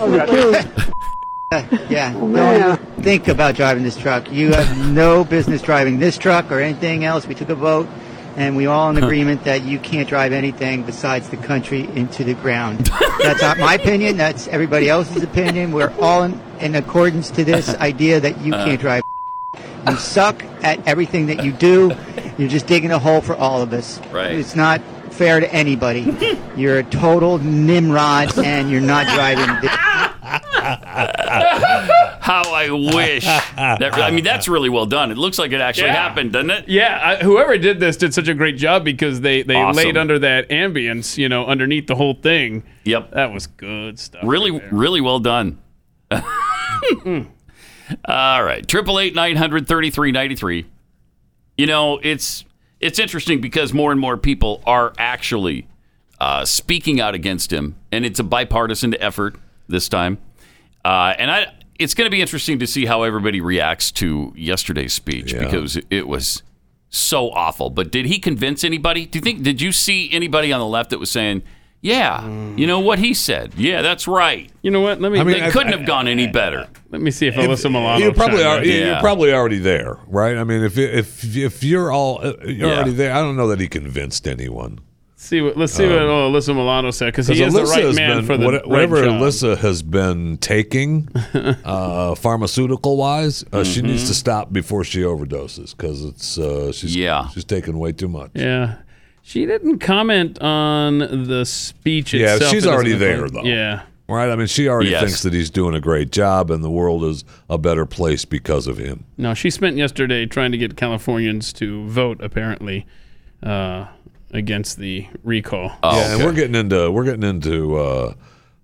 O: yeah.
Q: man.
O: Don't think about driving this truck. You have no business driving this truck or anything else. We took a vote, and we all in agreement that you can't drive anything besides the country into the ground. That's not my opinion. That's everybody else's opinion. We're all in, in accordance to this idea that you can't drive. You suck at everything that you do. You're just digging a hole for all of us.
B: Right.
O: It's not fair to anybody. You're a total nimrod, and you're not driving. This-
B: How I wish. That, I mean, that's really well done. It looks like it actually
D: Yeah.
B: happened, doesn't it?
D: Yeah, I, whoever did this did such a great job because they they
B: Awesome.
D: laid under that ambience, you know, underneath the whole thing.
B: Yep,
D: that was good stuff.
B: Really, really well done. All right, triple eight nine hundred thirty three ninety three. You know, it's it's interesting because more and more people are actually uh, speaking out against him, and it's a bipartisan effort this time. Uh, and I, it's going to be interesting to see how everybody reacts to yesterday's speech because it was so awful. But did he convince anybody? Do you think? Did you see anybody on the left that was saying, "Yeah, you know what he said? Yeah, that's right."
D: You know what? Let me.
P: I mean,
B: they
P: I-
B: couldn't
P: I-
B: have gone any better.
D: Let me see if
P: If-
D: Alyssa Milano.
P: You probably
D: chimed
P: are.
D: in.
P: You're probably already there, right? I mean, if if if you're all you're
B: Yeah.
P: already there, I don't know that he convinced anyone.
D: see what let's see what oh, Alyssa Milano said because
P: Um, Because
D: he is
P: Alyssa
D: the right
P: has
D: man
P: been-
D: for the
P: what-
D: right
P: whatever
D: job.
P: Alyssa has been taking, uh, pharmaceutical wise, uh, she needs
D: Mhm.
B: Mm-hmm.
P: to stop before she overdoses because it's uh, she's yeah. she's taking way too much.
D: Yeah. She didn't comment on the speech
P: Yeah,
D: itself. It
P: she's
D: doesn't
P: already
D: look
P: there
D: like-
P: though.
D: Yeah.
P: right. I mean, she already
D: Yes.
P: thinks that he's doing a great job and the world is a better place because of him.
D: No, she spent yesterday trying to get Californians to vote apparently uh, against the recall.
B: Oh,
P: yeah, and we're getting into we're getting into uh,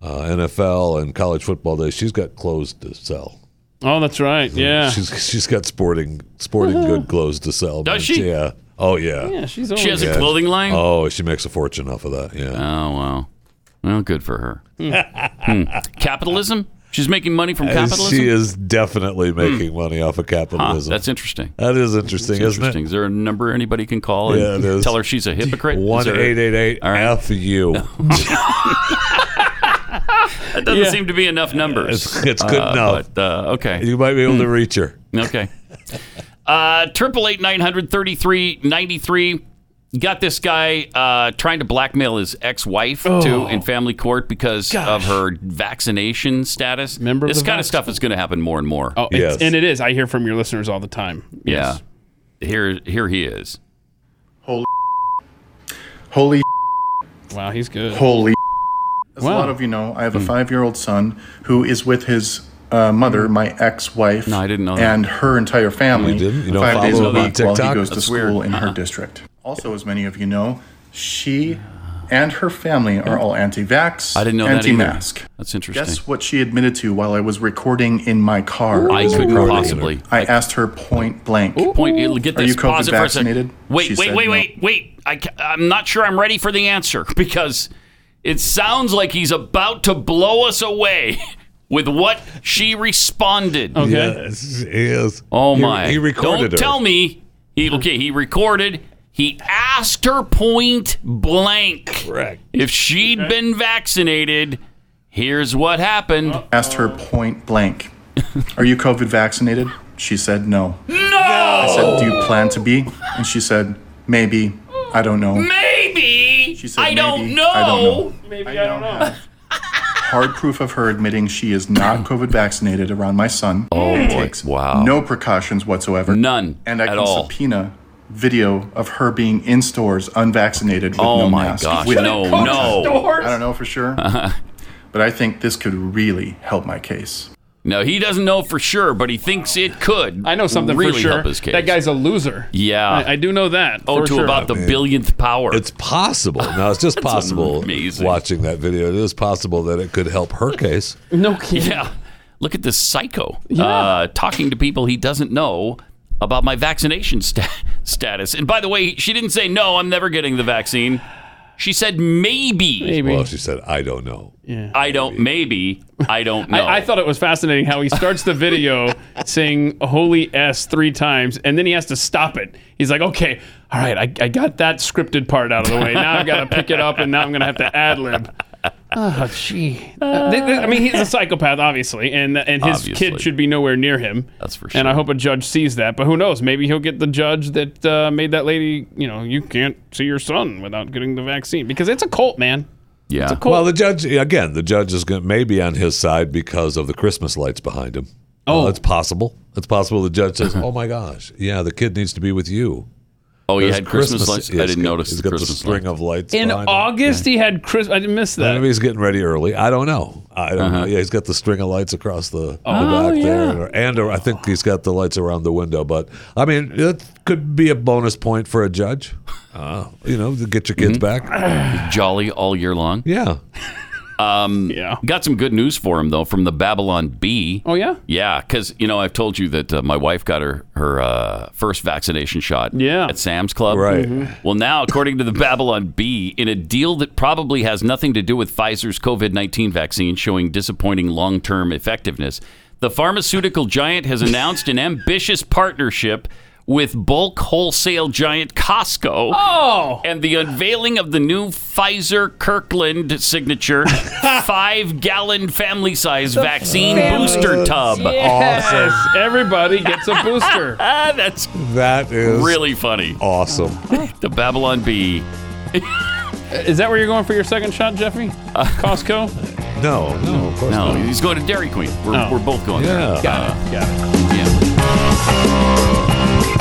P: uh, NFL and college football days. She's got clothes to sell.
D: Oh, that's right. Yeah.
P: she's she's got sporting sporting good clothes to sell.
D: Does
P: man.
D: she?
P: Yeah. Oh yeah.
D: Yeah, she's She always- has a clothing line?
P: Oh, she makes a fortune off of that. Yeah.
B: Oh wow. Well, good for her. Hmm. Capitalism? She's making money from capitalism?
P: She is definitely making money off of
B: Hmm. Huh,
P: capitalism.
B: that's interesting.
P: That is interesting,
B: It's
P: isn't
B: interesting. Is there a number anybody can call and
P: Yeah, it is.
B: tell her she's a hypocrite?
P: it? One eight eight eight F U.
B: That doesn't seem to be enough numbers.
P: It's, it's good
B: Uh,
P: enough.
B: okay. Hmm.
P: You might be able to reach her.
B: Okay. Uh, Triple eight nine hundred thirty three ninety three. Got this guy uh, trying to blackmail his ex-wife
D: Oh.
B: too in family court because of her vaccination status. Remember this
D: the
B: kind
D: vax?
B: of stuff is going to happen more and more.
D: Oh, it's- and it is. I hear from your listeners all the time.
B: yeah. Here, here he is.
E: Holy. Holy.
D: Wow, he's good.
E: Holy. As
D: Wow.
E: a lot of you know, I have a
B: Hmm.
E: five year old son who is with his uh, mother, my ex wife. No, I didn't know
B: that.
E: And her entire family.
B: You didn't? You don't
E: five days a
B: follow him on
E: week while
B: TikTok?
E: he goes to
B: That's
E: school
B: weird.
E: in her
B: Uh-uh.
E: district. Also, as many of you know, she and her family are all anti vax,
B: I didn't know that
E: anti
B: either.
E: mask.
B: That's interesting.
E: Guess what she admitted to while I was recording in my car?
B: I
E: this
B: couldn't
E: recording?
B: possibly.
E: I asked her point blank.
B: Point. Get
E: Are you
B: this.
E: COVID
B: Pause it for a
E: vaccinated?
B: second. Wait,
E: She
B: wait,
E: said
B: wait,
E: no.
B: wait, wait. I, ca- I'm not sure I'm ready for the answer because it sounds like he's about to blow us away with what she responded.
P: Yes, he is.
B: Oh
P: He-
B: my.
P: He, recorded
B: Don't
P: her.
B: tell me. He okay. He recorded. He asked her point blank.
P: Correct.
B: If she had been vaccinated, here's what happened.
E: Asked her point blank, Are you COVID vaccinated? She said no.
B: No.
E: I said, Do you plan to be? And she said, Maybe. I don't know.
B: Maybe.
E: She said,
B: I don't
E: "Maybe.
B: know.
E: I don't know."
D: Maybe I don't know.
E: Hard proof of her admitting she is not COVID vaccinated around my son. Oh, takes wow. No precautions whatsoever.
B: None.
E: And I
B: at
E: can
B: all.
E: subpoena video of her being in stores unvaccinated with
B: Oh
E: no
B: my
E: mask.
B: gosh,
E: With-
B: no, Should've closed Oh, no. stores.
E: I don't know for sure. But I think this could really help my case.
B: No, he doesn't know for sure, but he thinks it could. I
D: know something
B: really
D: for sure.
B: Help his case.
D: That guy's a loser.
B: yeah.
D: I, I do know that.
B: oh,
D: for
B: to
D: sure.
B: about the billionth power.
P: It's possible. No, it's just possible. Watching that video, it is possible that it could help her case.
D: No kidding.
B: Yeah. Look at this psycho uh, talking to people he doesn't know about my vaccination sta- status. And by the way, she didn't say no. I'm never getting the vaccine. She said maybe.
P: Well, she said, "I don't know."
B: I don't. Maybe I don't know.
D: I, I thought it was fascinating how he starts the video saying "Holy S" three times, and then he has to stop it. He's like, "Okay, all right, I, I got that scripted part out of the way. Now I've got to pick it up, and now I'm gonna have to ad lib."
S: Ah,
D: Oh, gee.
S: Uh,
D: I mean, he's a psychopath, obviously, and and his
B: Obviously.
D: kid should be nowhere near him. That's for sure. And I hope a judge sees that. But who knows? Maybe he'll get the judge that uh, made that lady. You know, you can't see your son without getting the vaccine because it's a cult, man.
B: Yeah.
D: It's a cult.
P: Well, the judge again. The judge is going maybe on his side because of the Christmas lights behind him.
D: Oh.
P: uh, it's possible. It's possible. The judge says, "Oh my gosh, yeah, the kid needs to be with you."
B: Oh, he
P: There's
B: had Christmas lights? I
P: Yes, he's
B: didn't notice
P: He's
B: the
P: got the
B: Christmas
P: string
B: lights.
P: of lights
D: In
P: behind him.
D: August, he had Chris. I didn't miss that. Uh-huh.
P: Maybe he's getting ready early. I don't know. I don't know. Yeah, he's got the string of lights across the, the
D: Oh,
P: back
D: yeah.
P: there, and I think he's got the lights around the window. But I mean, it could be a bonus point for a judge. Uh, you know, to get your kids
D: Mm-hmm.
P: back.
B: Jolly all year long.
P: Yeah.
B: Um,
D: yeah.
B: Got some good news for him though from the Babylon Bee.
D: Oh yeah.
B: Yeah, because you know I've told you that uh, my wife got her her uh, first vaccination shot.
D: Yeah. Mm-hmm.
B: at Sam's Club.
P: Right. Mhm.
B: Well, now according to the Babylon Bee, in a deal that probably has nothing to do with Pfizer's COVID nineteen vaccine showing disappointing long term effectiveness, the pharmaceutical giant has announced an ambitious partnership with bulk wholesale giant Costco.
D: Oh.
B: And the unveiling of the new Pfizer Kirkland signature five gallon family size vaccine booster tub.
D: Yes. Everybody gets a booster.
B: That's
P: that is
B: really funny.
P: Awesome.
B: the Babylon Bee
D: Is that where you're going for your second shot, Jeffy? Costco?
P: No, no, of course
B: no, he's going to Dairy Queen. We're,
D: Oh.
B: we're both going
D: Yeah.
B: there.
D: Got
B: it. Got it. Yeah.